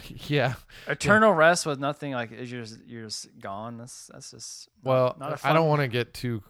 B: it- <laughs> yeah.
A: Eternal rest with nothing like is you're just, you're just gone. That's that's just
B: Well,
A: not a
B: I don't
A: fun-
B: want to
A: <laughs>
B: get too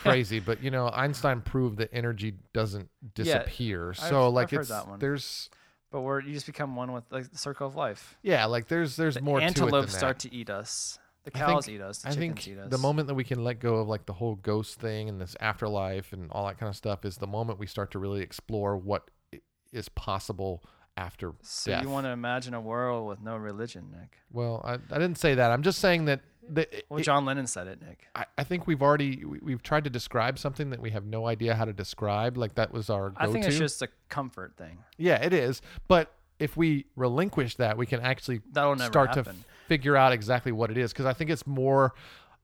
B: crazy, but you know, Einstein proved that energy doesn't disappear.
A: I've-
B: so
A: I've
B: like
A: heard
B: it's
A: that one.
B: there's
A: But where you just become one with like the circle of life.
B: yeah, like there's there's
A: The
B: more to it than
A: antelopes
B: that.
A: start to eat us. The
B: I think-
A: cows eat us. The
B: I
A: chickens
B: think
A: eat us.
B: the moment that we can let go of like the whole ghost thing and this afterlife and all that kind of stuff is the moment we start to really explore what i- is possible after
A: So
B: death.
A: you want to imagine a world with no religion, Nick?
B: well, I, I didn't say that. I'm just saying that. The,
A: Well, John Lennon said it, Nick.
B: I, I think we've already we, we've tried to describe something that we have no idea how to describe. Like that was our.
A: I think
B: go-to.
A: it's just a comfort thing.
B: Yeah, it is. But if we relinquish that, we can actually
A: That'll never
B: start to
A: happen.
B: figure out exactly what it is. Because I think it's more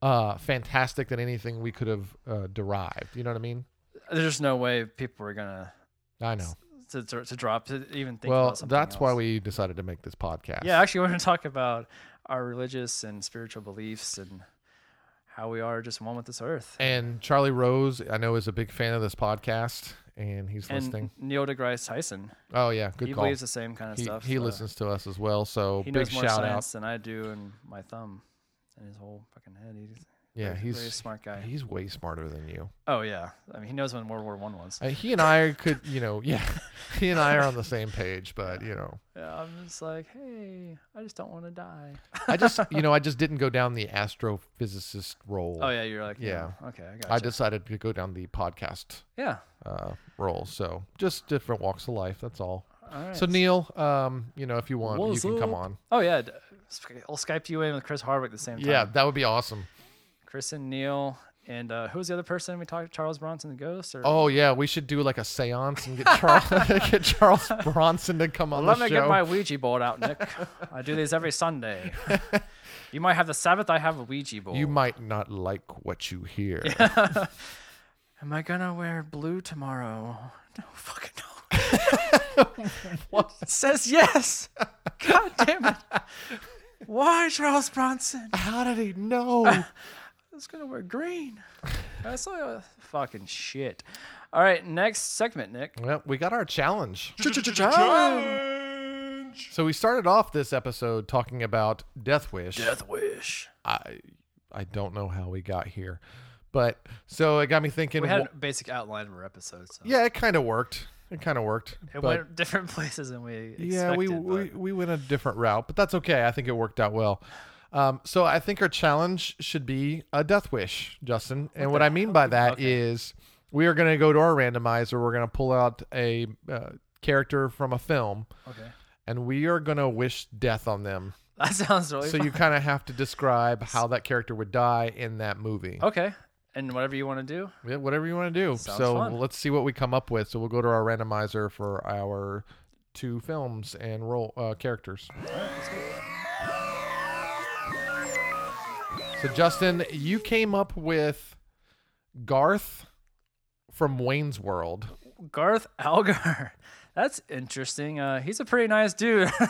B: uh, fantastic than anything we could have uh, derived. You know what I mean?
A: There's just no way people were gonna
B: I know.
A: to, to, to drop to even think
B: well,
A: about something.
B: that's why
A: else.
B: we decided to make this podcast.
A: Yeah, actually, we're going to talk about our religious and spiritual beliefs and how we are just one with this earth.
B: And Charlie Rose, I know, is a big fan of this podcast, and he's
A: And
B: listening.
A: Neil deGrasse Tyson,
B: Oh yeah, good
A: he
B: call.
A: believes the same kind of
B: he,
A: stuff.
B: he
A: uh,
B: listens to us as well, so
A: He
B: big
A: knows more
B: shout
A: science
B: out.
A: than I do, and my thumb, and his whole fucking head. He's
B: Yeah,
A: very-
B: he's
A: very smart guy.
B: He's way smarter than you.
A: oh yeah, I mean he knows when World War One was.
B: Uh, he and I could, you know, <laughs> yeah, he and I are on the same page, but you know,
A: Yeah, I'm just like, hey, I just don't want to die. <laughs>
B: I just, you know, I just didn't go down the astrophysicist role.
A: Oh yeah, you're like, yeah,
B: Yeah.
A: okay, I got
B: I decided to go down the podcast
A: yeah.
B: uh, role. So just different walks of life. That's all.
A: All right.
B: So Neil, um, you know, if you want, you can come on.
A: Oh yeah, d- I'll Skype you in with Chris Hardwick at the same time.
B: Yeah, that would be awesome.
A: Chris and Neil, and uh, who was the other person we talked? Charles Bronson, the ghost, or
B: Oh yeah, we should do like a séance and get
A: <laughs>
B: Charles <laughs> get Charles Bronson to come on
A: let
B: the
A: me
B: show.
A: get my Ouija board out, Nick. I do these every
B: <laughs>
A: Sunday. you might have the Sabbath. I have a Ouija board.
B: You might not like what you hear.
A: <laughs> Am I gonna wear blue tomorrow? <laughs> No fucking no.
B: <laughs>
A: It says yes. God damn it. Why, Charles Bronson?
B: How did he know?
A: I was gonna wear green. That's like a fucking shit. All right, next segment, Nick.
B: well, we got our challenge. So we started off this episode talking about Death Wish.
A: Death Wish.
B: I I don't know how we got here, but so it got me thinking.
A: We had
B: wh-
A: a basic outline of our episode, so
B: yeah, it kind of worked. It kind of worked.
A: it
B: but-
A: went <laughs> different places than we expected.
B: yeah, we,
A: but-
B: we we went a different route, but that's okay. I think it worked out well. Um, so I think our challenge should be a death wish, Justin. And what, I mean by that is we are going to go to our randomizer. We're going to pull out a uh, character from a film,
A: okay.
B: and we are going to wish death on them.
A: That sounds really.
B: So you kind of have to describe how that character would die in that movie.
A: fun. okay, and whatever you want to do.
B: Yeah, whatever you want to do.
A: Sounds
B: so
A: fun.
B: let's see what we come up with. So we'll go to our randomizer for our two films and role uh, characters. So Justin, you came up with Garth from Wayne's World.
A: Garth Algar. <laughs> That's interesting. Uh, he's a pretty nice dude. <laughs>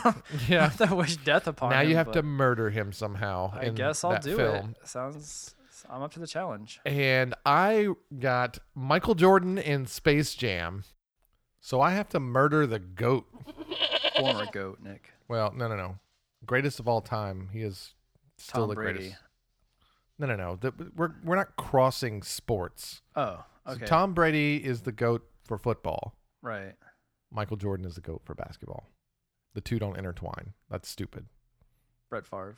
B: Yeah.
A: I don't wish death upon
B: now
A: him.
B: you have
A: but
B: to murder him somehow.
A: I
B: in
A: guess I'll
B: that
A: do
B: film.
A: it. Sounds. I'm up to the challenge.
B: And I got Michael Jordan in Space Jam. So I have to murder the goat.
A: Former goat, Nick.
B: Well, no, no, no. Greatest of all time. He is still
A: Tom
B: the
A: Brady.
B: greatest. No, no, no. The, we're we're not crossing sports.
A: Oh,
B: So
A: okay.
B: Tom Brady is the goat for football.
A: Right.
B: Michael Jordan is the goat for basketball. The two don't intertwine. That's stupid.
A: Brett Favre.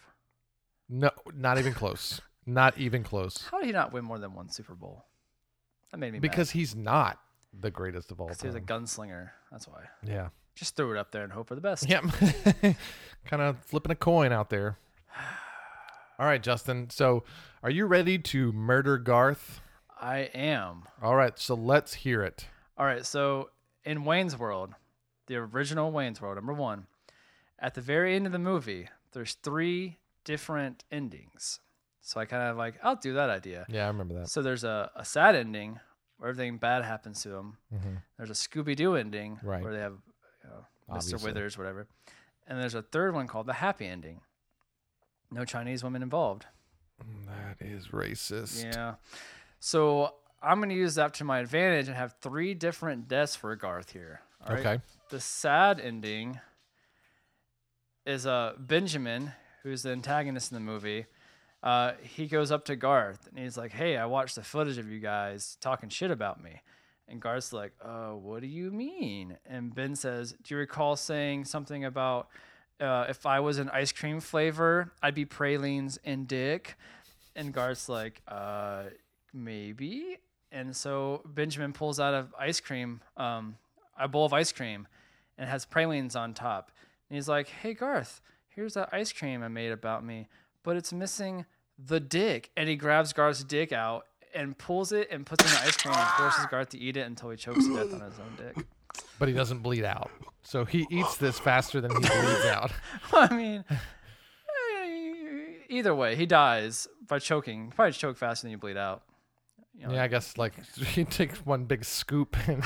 B: No, not
A: <laughs>
B: even close. Not even close.
A: How did he not win more than one Super Bowl? That made me mad.
B: Because he's not the greatest of all
A: 'Cause he was a
B: time.
A: gunslinger. That's why.
B: Yeah.
A: Just throw it up there and hope for the best.
B: <laughs> Yep. kind of flipping a coin out there. All right, Justin. So, are you ready to murder Garth?
A: I am.
B: All right, so let's hear it.
A: All right, so in Wayne's World, the original Wayne's World, number one, at the very end of the movie, there's three different endings. So I kind of like, I'll do that idea.
B: Yeah, I remember that.
A: So there's a, a sad ending where everything bad happens to him. There's a Scooby Doo ending
B: Mm-hmm. Right.
A: where they have you know, Mr.
B: Obviously.
A: Withers, whatever. And there's a third one called the happy ending. No Chinese women involved.
B: That is racist.
A: Yeah. So I'm going to use that to my advantage and have three different deaths for Garth here. All right?
B: Okay.
A: The sad ending is uh, Benjamin, who's the antagonist in the movie. Uh, he goes up to Garth and he's like, Hey, I watched the footage of you guys talking shit about me. And Garth's like, uh, What do you mean? And Ben says, Do you recall saying something about uh, if I was an ice cream flavor, I'd be pralines and dick? And Garth's like, uh, maybe. And so Benjamin pulls out of ice cream, um, a bowl of ice cream, and it has pralines on top. And he's like, hey, Garth, here's that ice cream I made about me, but it's missing the dick. And he grabs Garth's dick out and pulls it and puts it in the ice cream and forces Garth to eat it until he chokes to death on his own dick. <laughs>
B: But he doesn't bleed out. So he eats this faster than he
A: <laughs>
B: bleeds out.
A: I mean, eh, either way, he dies by choking. You probably choke faster than you bleed out. You know,
B: Yeah, I guess like <laughs> he takes one big scoop and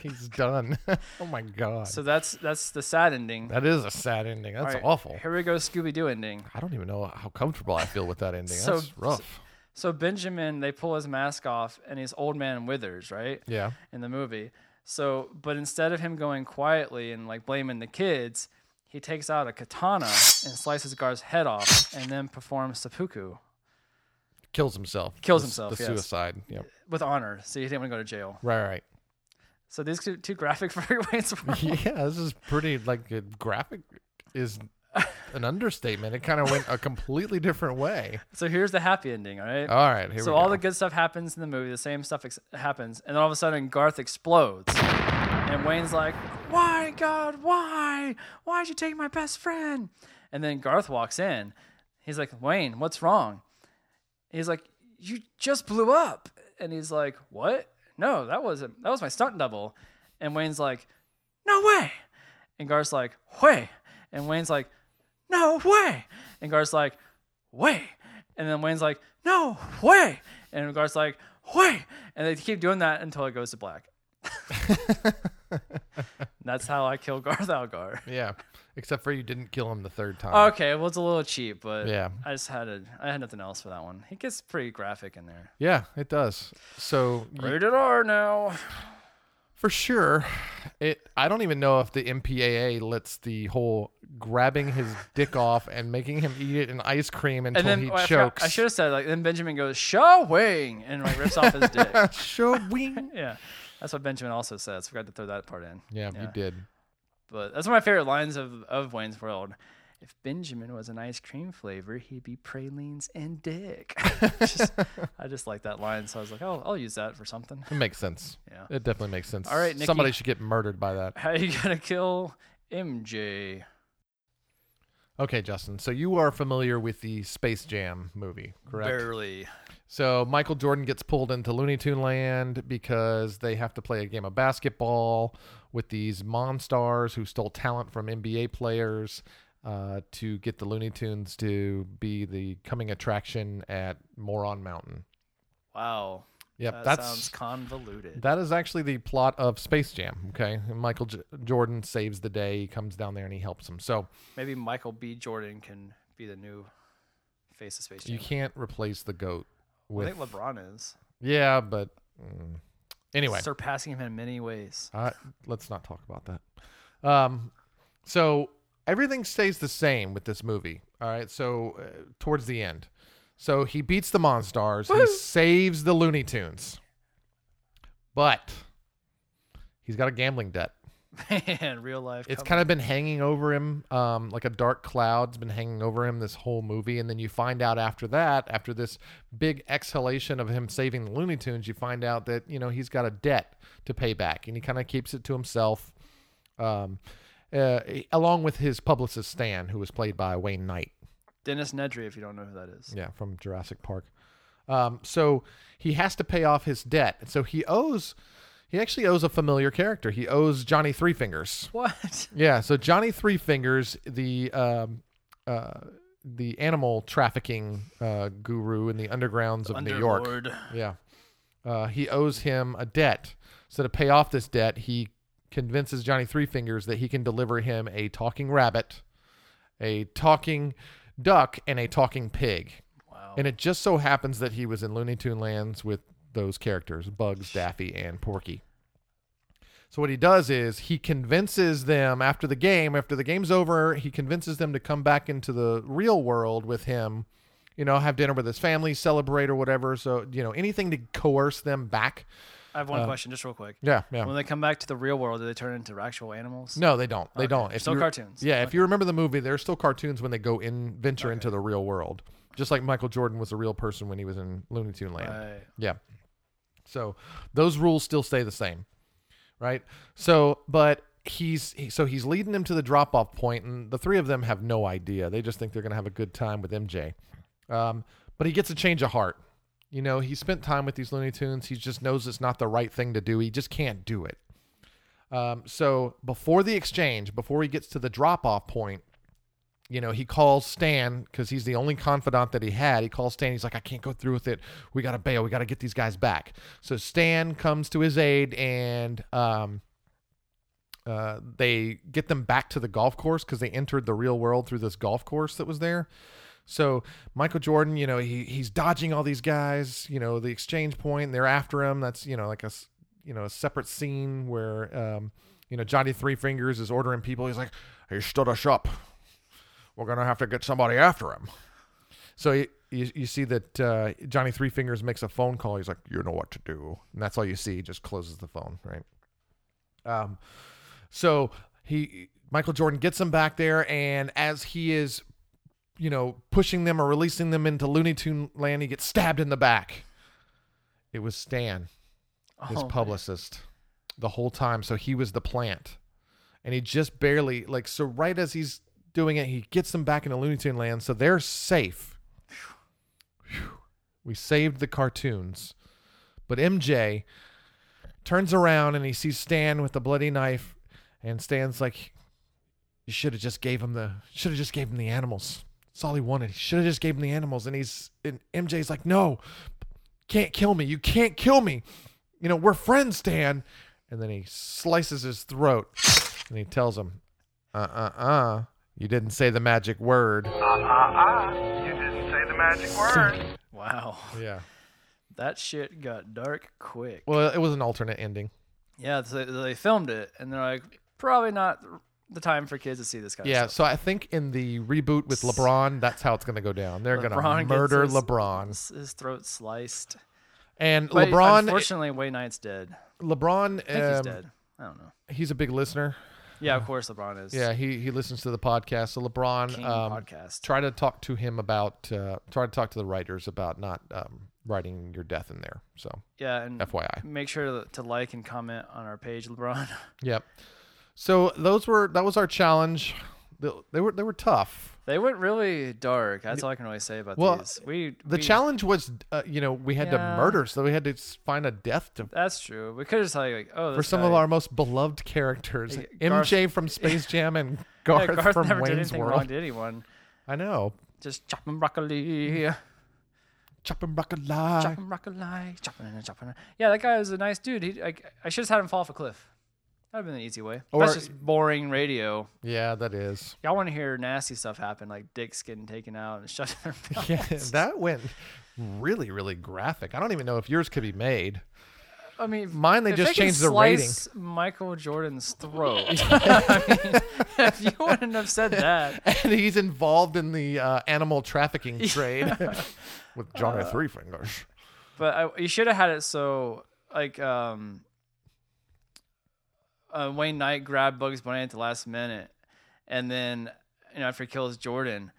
B: <laughs> he's done. <laughs> oh my god,
A: So that's that's the sad ending.
B: that is a sad ending. That's
A: All right,
B: awful.
A: Here we go, Scooby Doo ending.
B: I don't even know how comfortable I feel with that
A: <laughs>
B: ending.
A: So-
B: That's rough.
A: So Benjamin, they pull his mask off, and he's old man withers, right?
B: Yeah.
A: In the movie. So, but instead of him going quietly and like blaming the kids, he takes out a katana and slices Gar's head off, and then performs seppuku
B: Kills himself.
A: Kills
B: The-
A: himself,
B: The
A: yes.
B: suicide. Yep.
A: with honor. So he didn't want to go to jail.
B: Right. Right.
A: So these two, two graphic <laughs> ways. were-
B: <laughs> yeah, this is pretty like uh, graphic is an understatement. It kind of went a completely different way.
A: So here's the happy ending. All right.
B: All right, here
A: so
B: we
A: all
B: go.
A: the good stuff happens in the movie. The same stuff ex- happens, and then all of a sudden Garth explodes, and Wayne's like, "Why, God? Why? Why'd you take my best friend?" And then Garth walks in. He's like, "Wayne, what's wrong?" He's like, "You just blew up," and he's like, "What? No, that wasn't. That was my stunt double." And Wayne's like, "No way!" And Garth's like, "Way!" And Wayne's like, "No way!" And Garth's like, way. And then Wayne's like, no, way. And Garth's like, way. And they keep doing that until it goes to
B: <laughs>
A: black. That's how I kill Garth Algar.
B: <laughs> yeah, except for you didn't kill him the third time.
A: Okay, well it's a little cheap, but
B: Yeah.
A: I just had a I had nothing else for that one. It gets pretty graphic in there.
B: Yeah, it does. So you-
A: Rated R now.
B: for sure, it. I don't even know if the MPAA lets the whole grabbing his dick off and making him eat it in ice cream until
A: And then
B: he
A: oh, I, forgot-
B: chokes.
A: I should have said like then Benjamin goes showing and like rips off his
B: <laughs>
A: dick. <laughs>
B: <laughs> Showing.
A: Yeah, that's what Benjamin also says. Forgot to throw that part in.
B: Yeah, you did.
A: But that's one of my favorite lines of, of Wayne's World. If Benjamin was an ice cream flavor, he'd be pralines and dick. <laughs> Just- I just like that line, so I was like, oh, I'll use that for something.
B: It makes sense.
A: Yeah.
B: It definitely makes sense.
A: All right, Nikki.
B: Somebody should get murdered by that.
A: How you gonna kill MJ?
B: Okay, Justin. So you are familiar with the Space Jam movie, correct?
A: Barely.
B: So Michael Jordan gets pulled into Looney Tune Land because they have to play a game of basketball with these monstars who stole talent from NBA players uh, to get the Looney Tunes to be the coming attraction at Moron Mountain.
A: Wow.
B: Yep,
A: That
B: that's
A: sounds convoluted.
B: that is actually the plot of Space Jam. Okay, and Michael J- Jordan saves the day. He comes down there and he helps them. So
A: Maybe Michael B. Jordan can be the new face of Space Jam.
B: you can't replace the goat
A: I
B: with
A: think LeBron is
B: yeah, but mm. anyway,
A: surpassing him in many
B: <laughs>
A: ways. <laughs>
B: Uh, let's not talk about that. Um, so everything stays the same with this movie. All right. So uh, towards the end, so he beats the Monstars. He saves the Looney Tunes, but he's got a gambling debt.
A: Man, real life.
B: It's
A: come-
B: kind of been hanging over him, um, like a dark cloud's been hanging over him this whole movie. And then you find out after that, after this big exhalation of him saving the Looney Tunes, you find out that you know he's got a debt to pay back, and he kind of keeps it to himself, um, uh, along with his publicist Stan, who was played by Wayne Knight.
A: Dennis Nedry, if you don't know who that is.
B: Yeah, from Jurassic Park. Um, so he has to pay off his debt. So he owes, he actually owes a familiar character. He owes Johnny Three Fingers.
A: What?
B: Yeah, so Johnny Three Fingers, the um, uh, the animal trafficking uh, guru in the undergrounds of New York.
A: Underlord.
B: Yeah, uh, he owes him a debt. So to pay off this debt, he convinces Johnny Three Fingers that he can deliver him a talking rabbit, a talking duck, and a talking pig. Wow! And it just so happens that he was in Looney Tune Lands with those characters, Bugs, Daffy, and Porky. So what he does is he convinces them after the game, after the game's over, he convinces them to come back into the real world with him, you know, have dinner with his family, celebrate or whatever. So, you know, anything to coerce them back.
A: I have one question, just real quick.
B: Uh, Yeah, yeah.
A: When they come back to the real world, do they turn into actual animals?
B: no, they don't. They don't. If
A: Still
B: you-
A: cartoons.
B: Yeah, if you remember the movie, they're still cartoons when they go in venture into the real world. Just like Michael Jordan was a real person when he was in Looney Tune Land.
A: Right.
B: Yeah. So those rules still stay the same, right? So, but he's he, so he's leading them to the drop off point, and the three of them have no idea. They just think they're gonna have a good time with MJ. Um, but he gets a change of heart. You know, he spent time with these Looney Tunes. He just knows it's not the right thing to do. He just can't do it. Um, so before the exchange, before he gets to the drop off point, you know, he calls Stan because he's the only confidant that he had. He calls Stan. He's like, I can't go through with it. We got to bail. We got to get these guys back. So Stan comes to his aid and um, uh, they get them back to the golf course because they entered the real world through this golf course that was there. So Michael Jordan, you know, he he's dodging all these guys. You know, the exchange point, they're after him. That's you know like a s- you know a separate scene where um, you know Johnny Three Fingers is ordering people. He's like, he stood us up. We're gonna have to get somebody after him. So you, you, you see that uh, Johnny Three Fingers makes a phone call. He's like, you know what to do, and that's all you see. He just closes the phone, right? Um, so he Michael Jordan gets him back there, and as he is you know, pushing them or releasing them into Looney Tune land, he gets stabbed in the back. It was Stan, his
A: Oh,
B: publicist, the whole time. So he was the plant. And he just barely, like, so right as he's doing it, he gets them back into Looney Tune land. So they're safe. Phew. We saved the cartoons. But MJ turns around and he sees Stan with the bloody knife. And Stan's like, you should have just gave him the should have just gave him the animals. That's all he wanted. He should have just gave him the animals. And he's and MJ's like, no, can't kill me. You can't kill me. You know, we're friends, Dan. And then he slices his throat and he tells him, uh uh uh, you didn't say the magic word.
G: Uh, uh, uh. You didn't say the magic word.
A: Wow. <laughs>
B: Yeah.
A: That shit got dark quick.
B: Well, it was an alternate ending.
A: Yeah, so they, they filmed it, and they're like, probably not the time for kids to see this kind
B: Yeah,
A: of
B: so I think in the reboot with LeBron, that's how it's going to go down. They're going to
A: LeBron gets
B: murder
A: his-
B: LeBron.
A: stuff. His throat sliced.
B: And
A: But
B: LeBron, eh,
A: Unfortunately, Wayne Knight's dead.
B: LeBron,
A: I think he's
B: um,
A: dead. I don't know.
B: he's a big listener.
A: Yeah, of course LeBron is.
B: Yeah, he he listens to the podcast. So LeBron
A: King
B: um,
A: podcast.
B: try to talk to him about uh, try to talk to the writers about not um, writing your death in there. So
A: yeah, and
B: FYI.
A: make sure to, to like and comment on our page, LeBron. <laughs>
B: yep. So those were that was our challenge. They, they were they were tough.
A: they went really dark. That's all I can really say about
B: Well,
A: these. We
B: The
A: we-
B: challenge was uh, you know we had
A: Yeah.
B: to murder, so we had to s- find a death to.
A: That's true. We could just tell you like, oh,
B: For
A: this
B: some of
A: guy-
B: our most beloved characters,
A: Hey, <laughs>
B: MJ from Space Jam and
A: Yeah, <laughs>
B: Garth,
A: Garth
B: from
A: never did
B: Wayne's
A: anything wrong
B: World.
A: to anyone.
B: I know.
A: Just chopping
B: Mm.
A: broccoli.
B: Chopping rockalive.
A: chopping broccoli, chopping and chopping. Yeah, that guy was a nice dude. He, I, I should have had him fall off a cliff. That'd have been an easy way.
B: Or-
A: That's just boring radio.
B: Yeah, that is.
A: <laughs> Y'all want to hear nasty stuff happen, like dicks getting taken out and <laughs> shoved in their mouth.
B: Yeah, that went really, really graphic. I don't even know if yours could be made. <laughs>
A: I mean,
B: Mine, they
A: if
B: just
A: can
B: changed the
A: slice Michael Jordan's throat.
B: <laughs>
A: <laughs> I mean, if you wouldn't have said that,
B: And he's involved in the uh, animal
A: <laughs>
B: trafficking trade <laughs> with Johnny
A: Uh,
B: Three Fingers.
A: but I, you should have had it so like um, uh, Wayne Knight grabbed Bugs Bunny at the last minute, and then you know after he kills Jordan,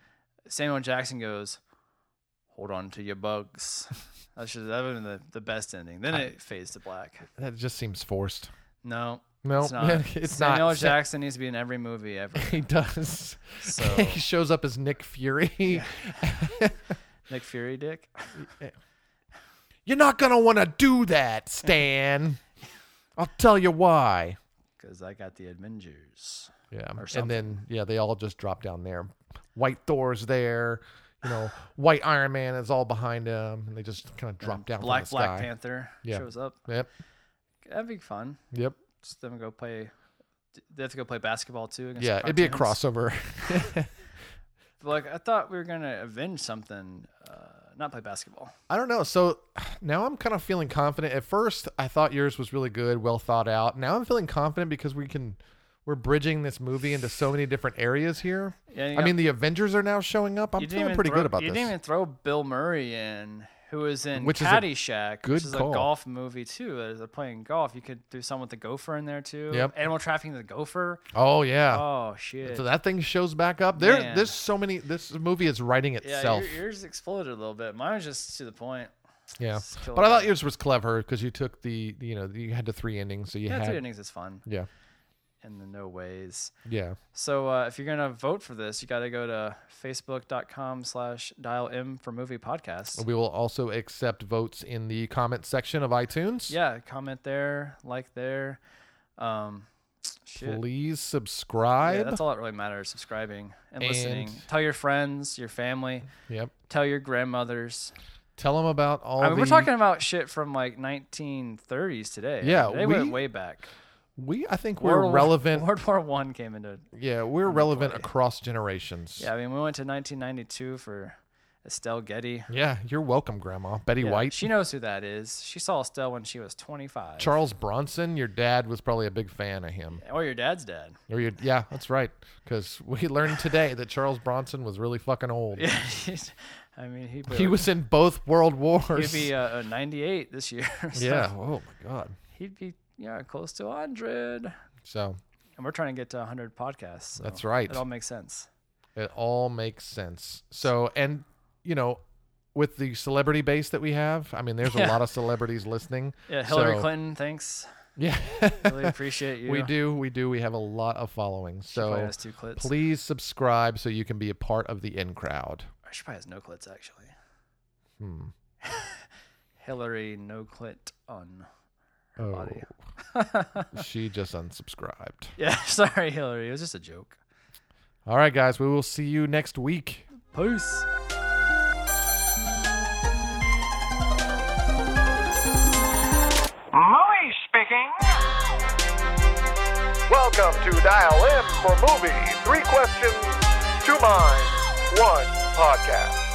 A: Samuel Jackson goes, "Hold on to your
B: <laughs>
A: bugs." That should that would have been the, the best ending. Then it fades to black.
B: That just seems forced.
A: No,
B: No,
A: it's not.
B: <laughs> it's not.
A: Samuel Jackson needs to be in every movie ever.
B: <laughs> He does. <laughs>
A: So
B: he shows up as Nick Fury.
A: Nick Fury, Dick.
B: <laughs> You're not gonna want to do that, <laughs> Stan. I'll tell you why.
A: Because I got the Avengers.
B: Yeah.
A: something.
B: And then yeah, they all just drop down there. White Thor's there. You <sighs> know, White Iron Man is all behind him, and they just kind of drop down.
A: Black
B: from the
A: Black
B: sky.
A: Panther
B: Yeah.
A: shows up.
B: Yep.
A: That'd be fun.
B: Yep.
A: Just them go play. They have to go play basketball too. Against
B: Yeah,
A: the
B: it'd be a
A: cartoons.
B: crossover. <laughs>
A: But, like I thought we were gonna avenge something, uh, not play basketball.
B: I don't know. So <sighs> now I'm kind of feeling confident. At first, I thought yours was really good, well thought out. Now I'm feeling confident because we can we're bridging this movie into so many different areas here.
A: Yeah, you
B: I mean,
A: got-
B: the Avengers are now showing up. I'm
A: You didn't
B: feeling
A: even
B: pretty
A: throw-
B: good about
A: you
B: this.
A: didn't even throw Bill Murray in, who is in
B: Which is a
A: Caddyshack,
B: good
A: which is
B: call.
A: a golf movie too. Uh, They're playing golf. You could do something with the gopher in there too.
B: Yep.
A: Animal trafficking the gopher.
B: oh yeah.
A: Oh shit.
B: so that thing shows back up. There,
A: Man.
B: there's so many. This movie is writing
A: yeah,
B: itself.
A: your, yours exploded a little bit. Mine was just to the point.
B: yeah,
A: it's
B: but I
A: killer.
B: thought yours was clever because you took the, you know, you had the three endings, so you
A: Yeah,
B: had,
A: three innings is fun
B: yeah,
A: in the no ways.
B: yeah.
A: So uh, if you're gonna vote for this, you got to go to facebook.com slash dial m for movie podcast.
B: We will also accept votes in the comment section of iTunes.
A: Yeah, comment there, like there. Um, Shit.
B: Please subscribe.
A: Yeah, that's all that really matters. Subscribing and, listening.
B: And-
A: Tell your friends, your family.
B: yep.
A: Tell your grandmothers.
B: Tell them about all.
A: I mean,
B: the,
A: we're talking about shit from like 1930s today.
B: Yeah,
A: they
B: we-
A: went way back.
B: We I think we're relevant.
A: World War One came into.
B: yeah, we're relevant across generations.
A: Yeah, I mean, we went to 1992 for Estelle Getty.
B: Yeah, you're welcome, Grandma Betty
A: Yeah,
B: White.
A: She knows who that is. She saw Estelle when she was 25.
B: Charles Bronson, your dad was probably a big fan of him.
A: or Oh, your dad's dad.
B: Or your, yeah, that's right. Because we <laughs> learned today that Charles Bronson was really fucking old.
A: Yeah, he's- <laughs> I mean, he,
B: He was in both World Wars.
A: He'd be uh, uh, 98 this year. <laughs> so
B: yeah. Oh my God.
A: He'd be yeah close to 100. And
B: So
A: we're trying to get to 100 podcasts. so
B: That's right.
A: It all makes sense.
B: It all makes sense. So, and you know, with the celebrity base that we have, I mean, there's a
A: Yeah.
B: lot of celebrities listening.
A: <laughs> Yeah, Hillary
B: So-
A: Clinton, thanks.
B: Yeah, <laughs>
A: Really appreciate you.
B: we do. We do. We have a lot of following.
A: probably
B: So
A: has two clits.
B: please subscribe so you can be a part of the in crowd.
A: She probably has no clits actually. Hmm. <laughs> Hillary no clit on. <laughs>
B: Oh, she just unsubscribed.
A: Yeah, <laughs> sorry, Hillary. It was just a joke.
B: All right, guys, we will see you next week.
A: Peace.
G: Louis speaking. Welcome to Dial M for Movie. Three questions, two minds, one podcast.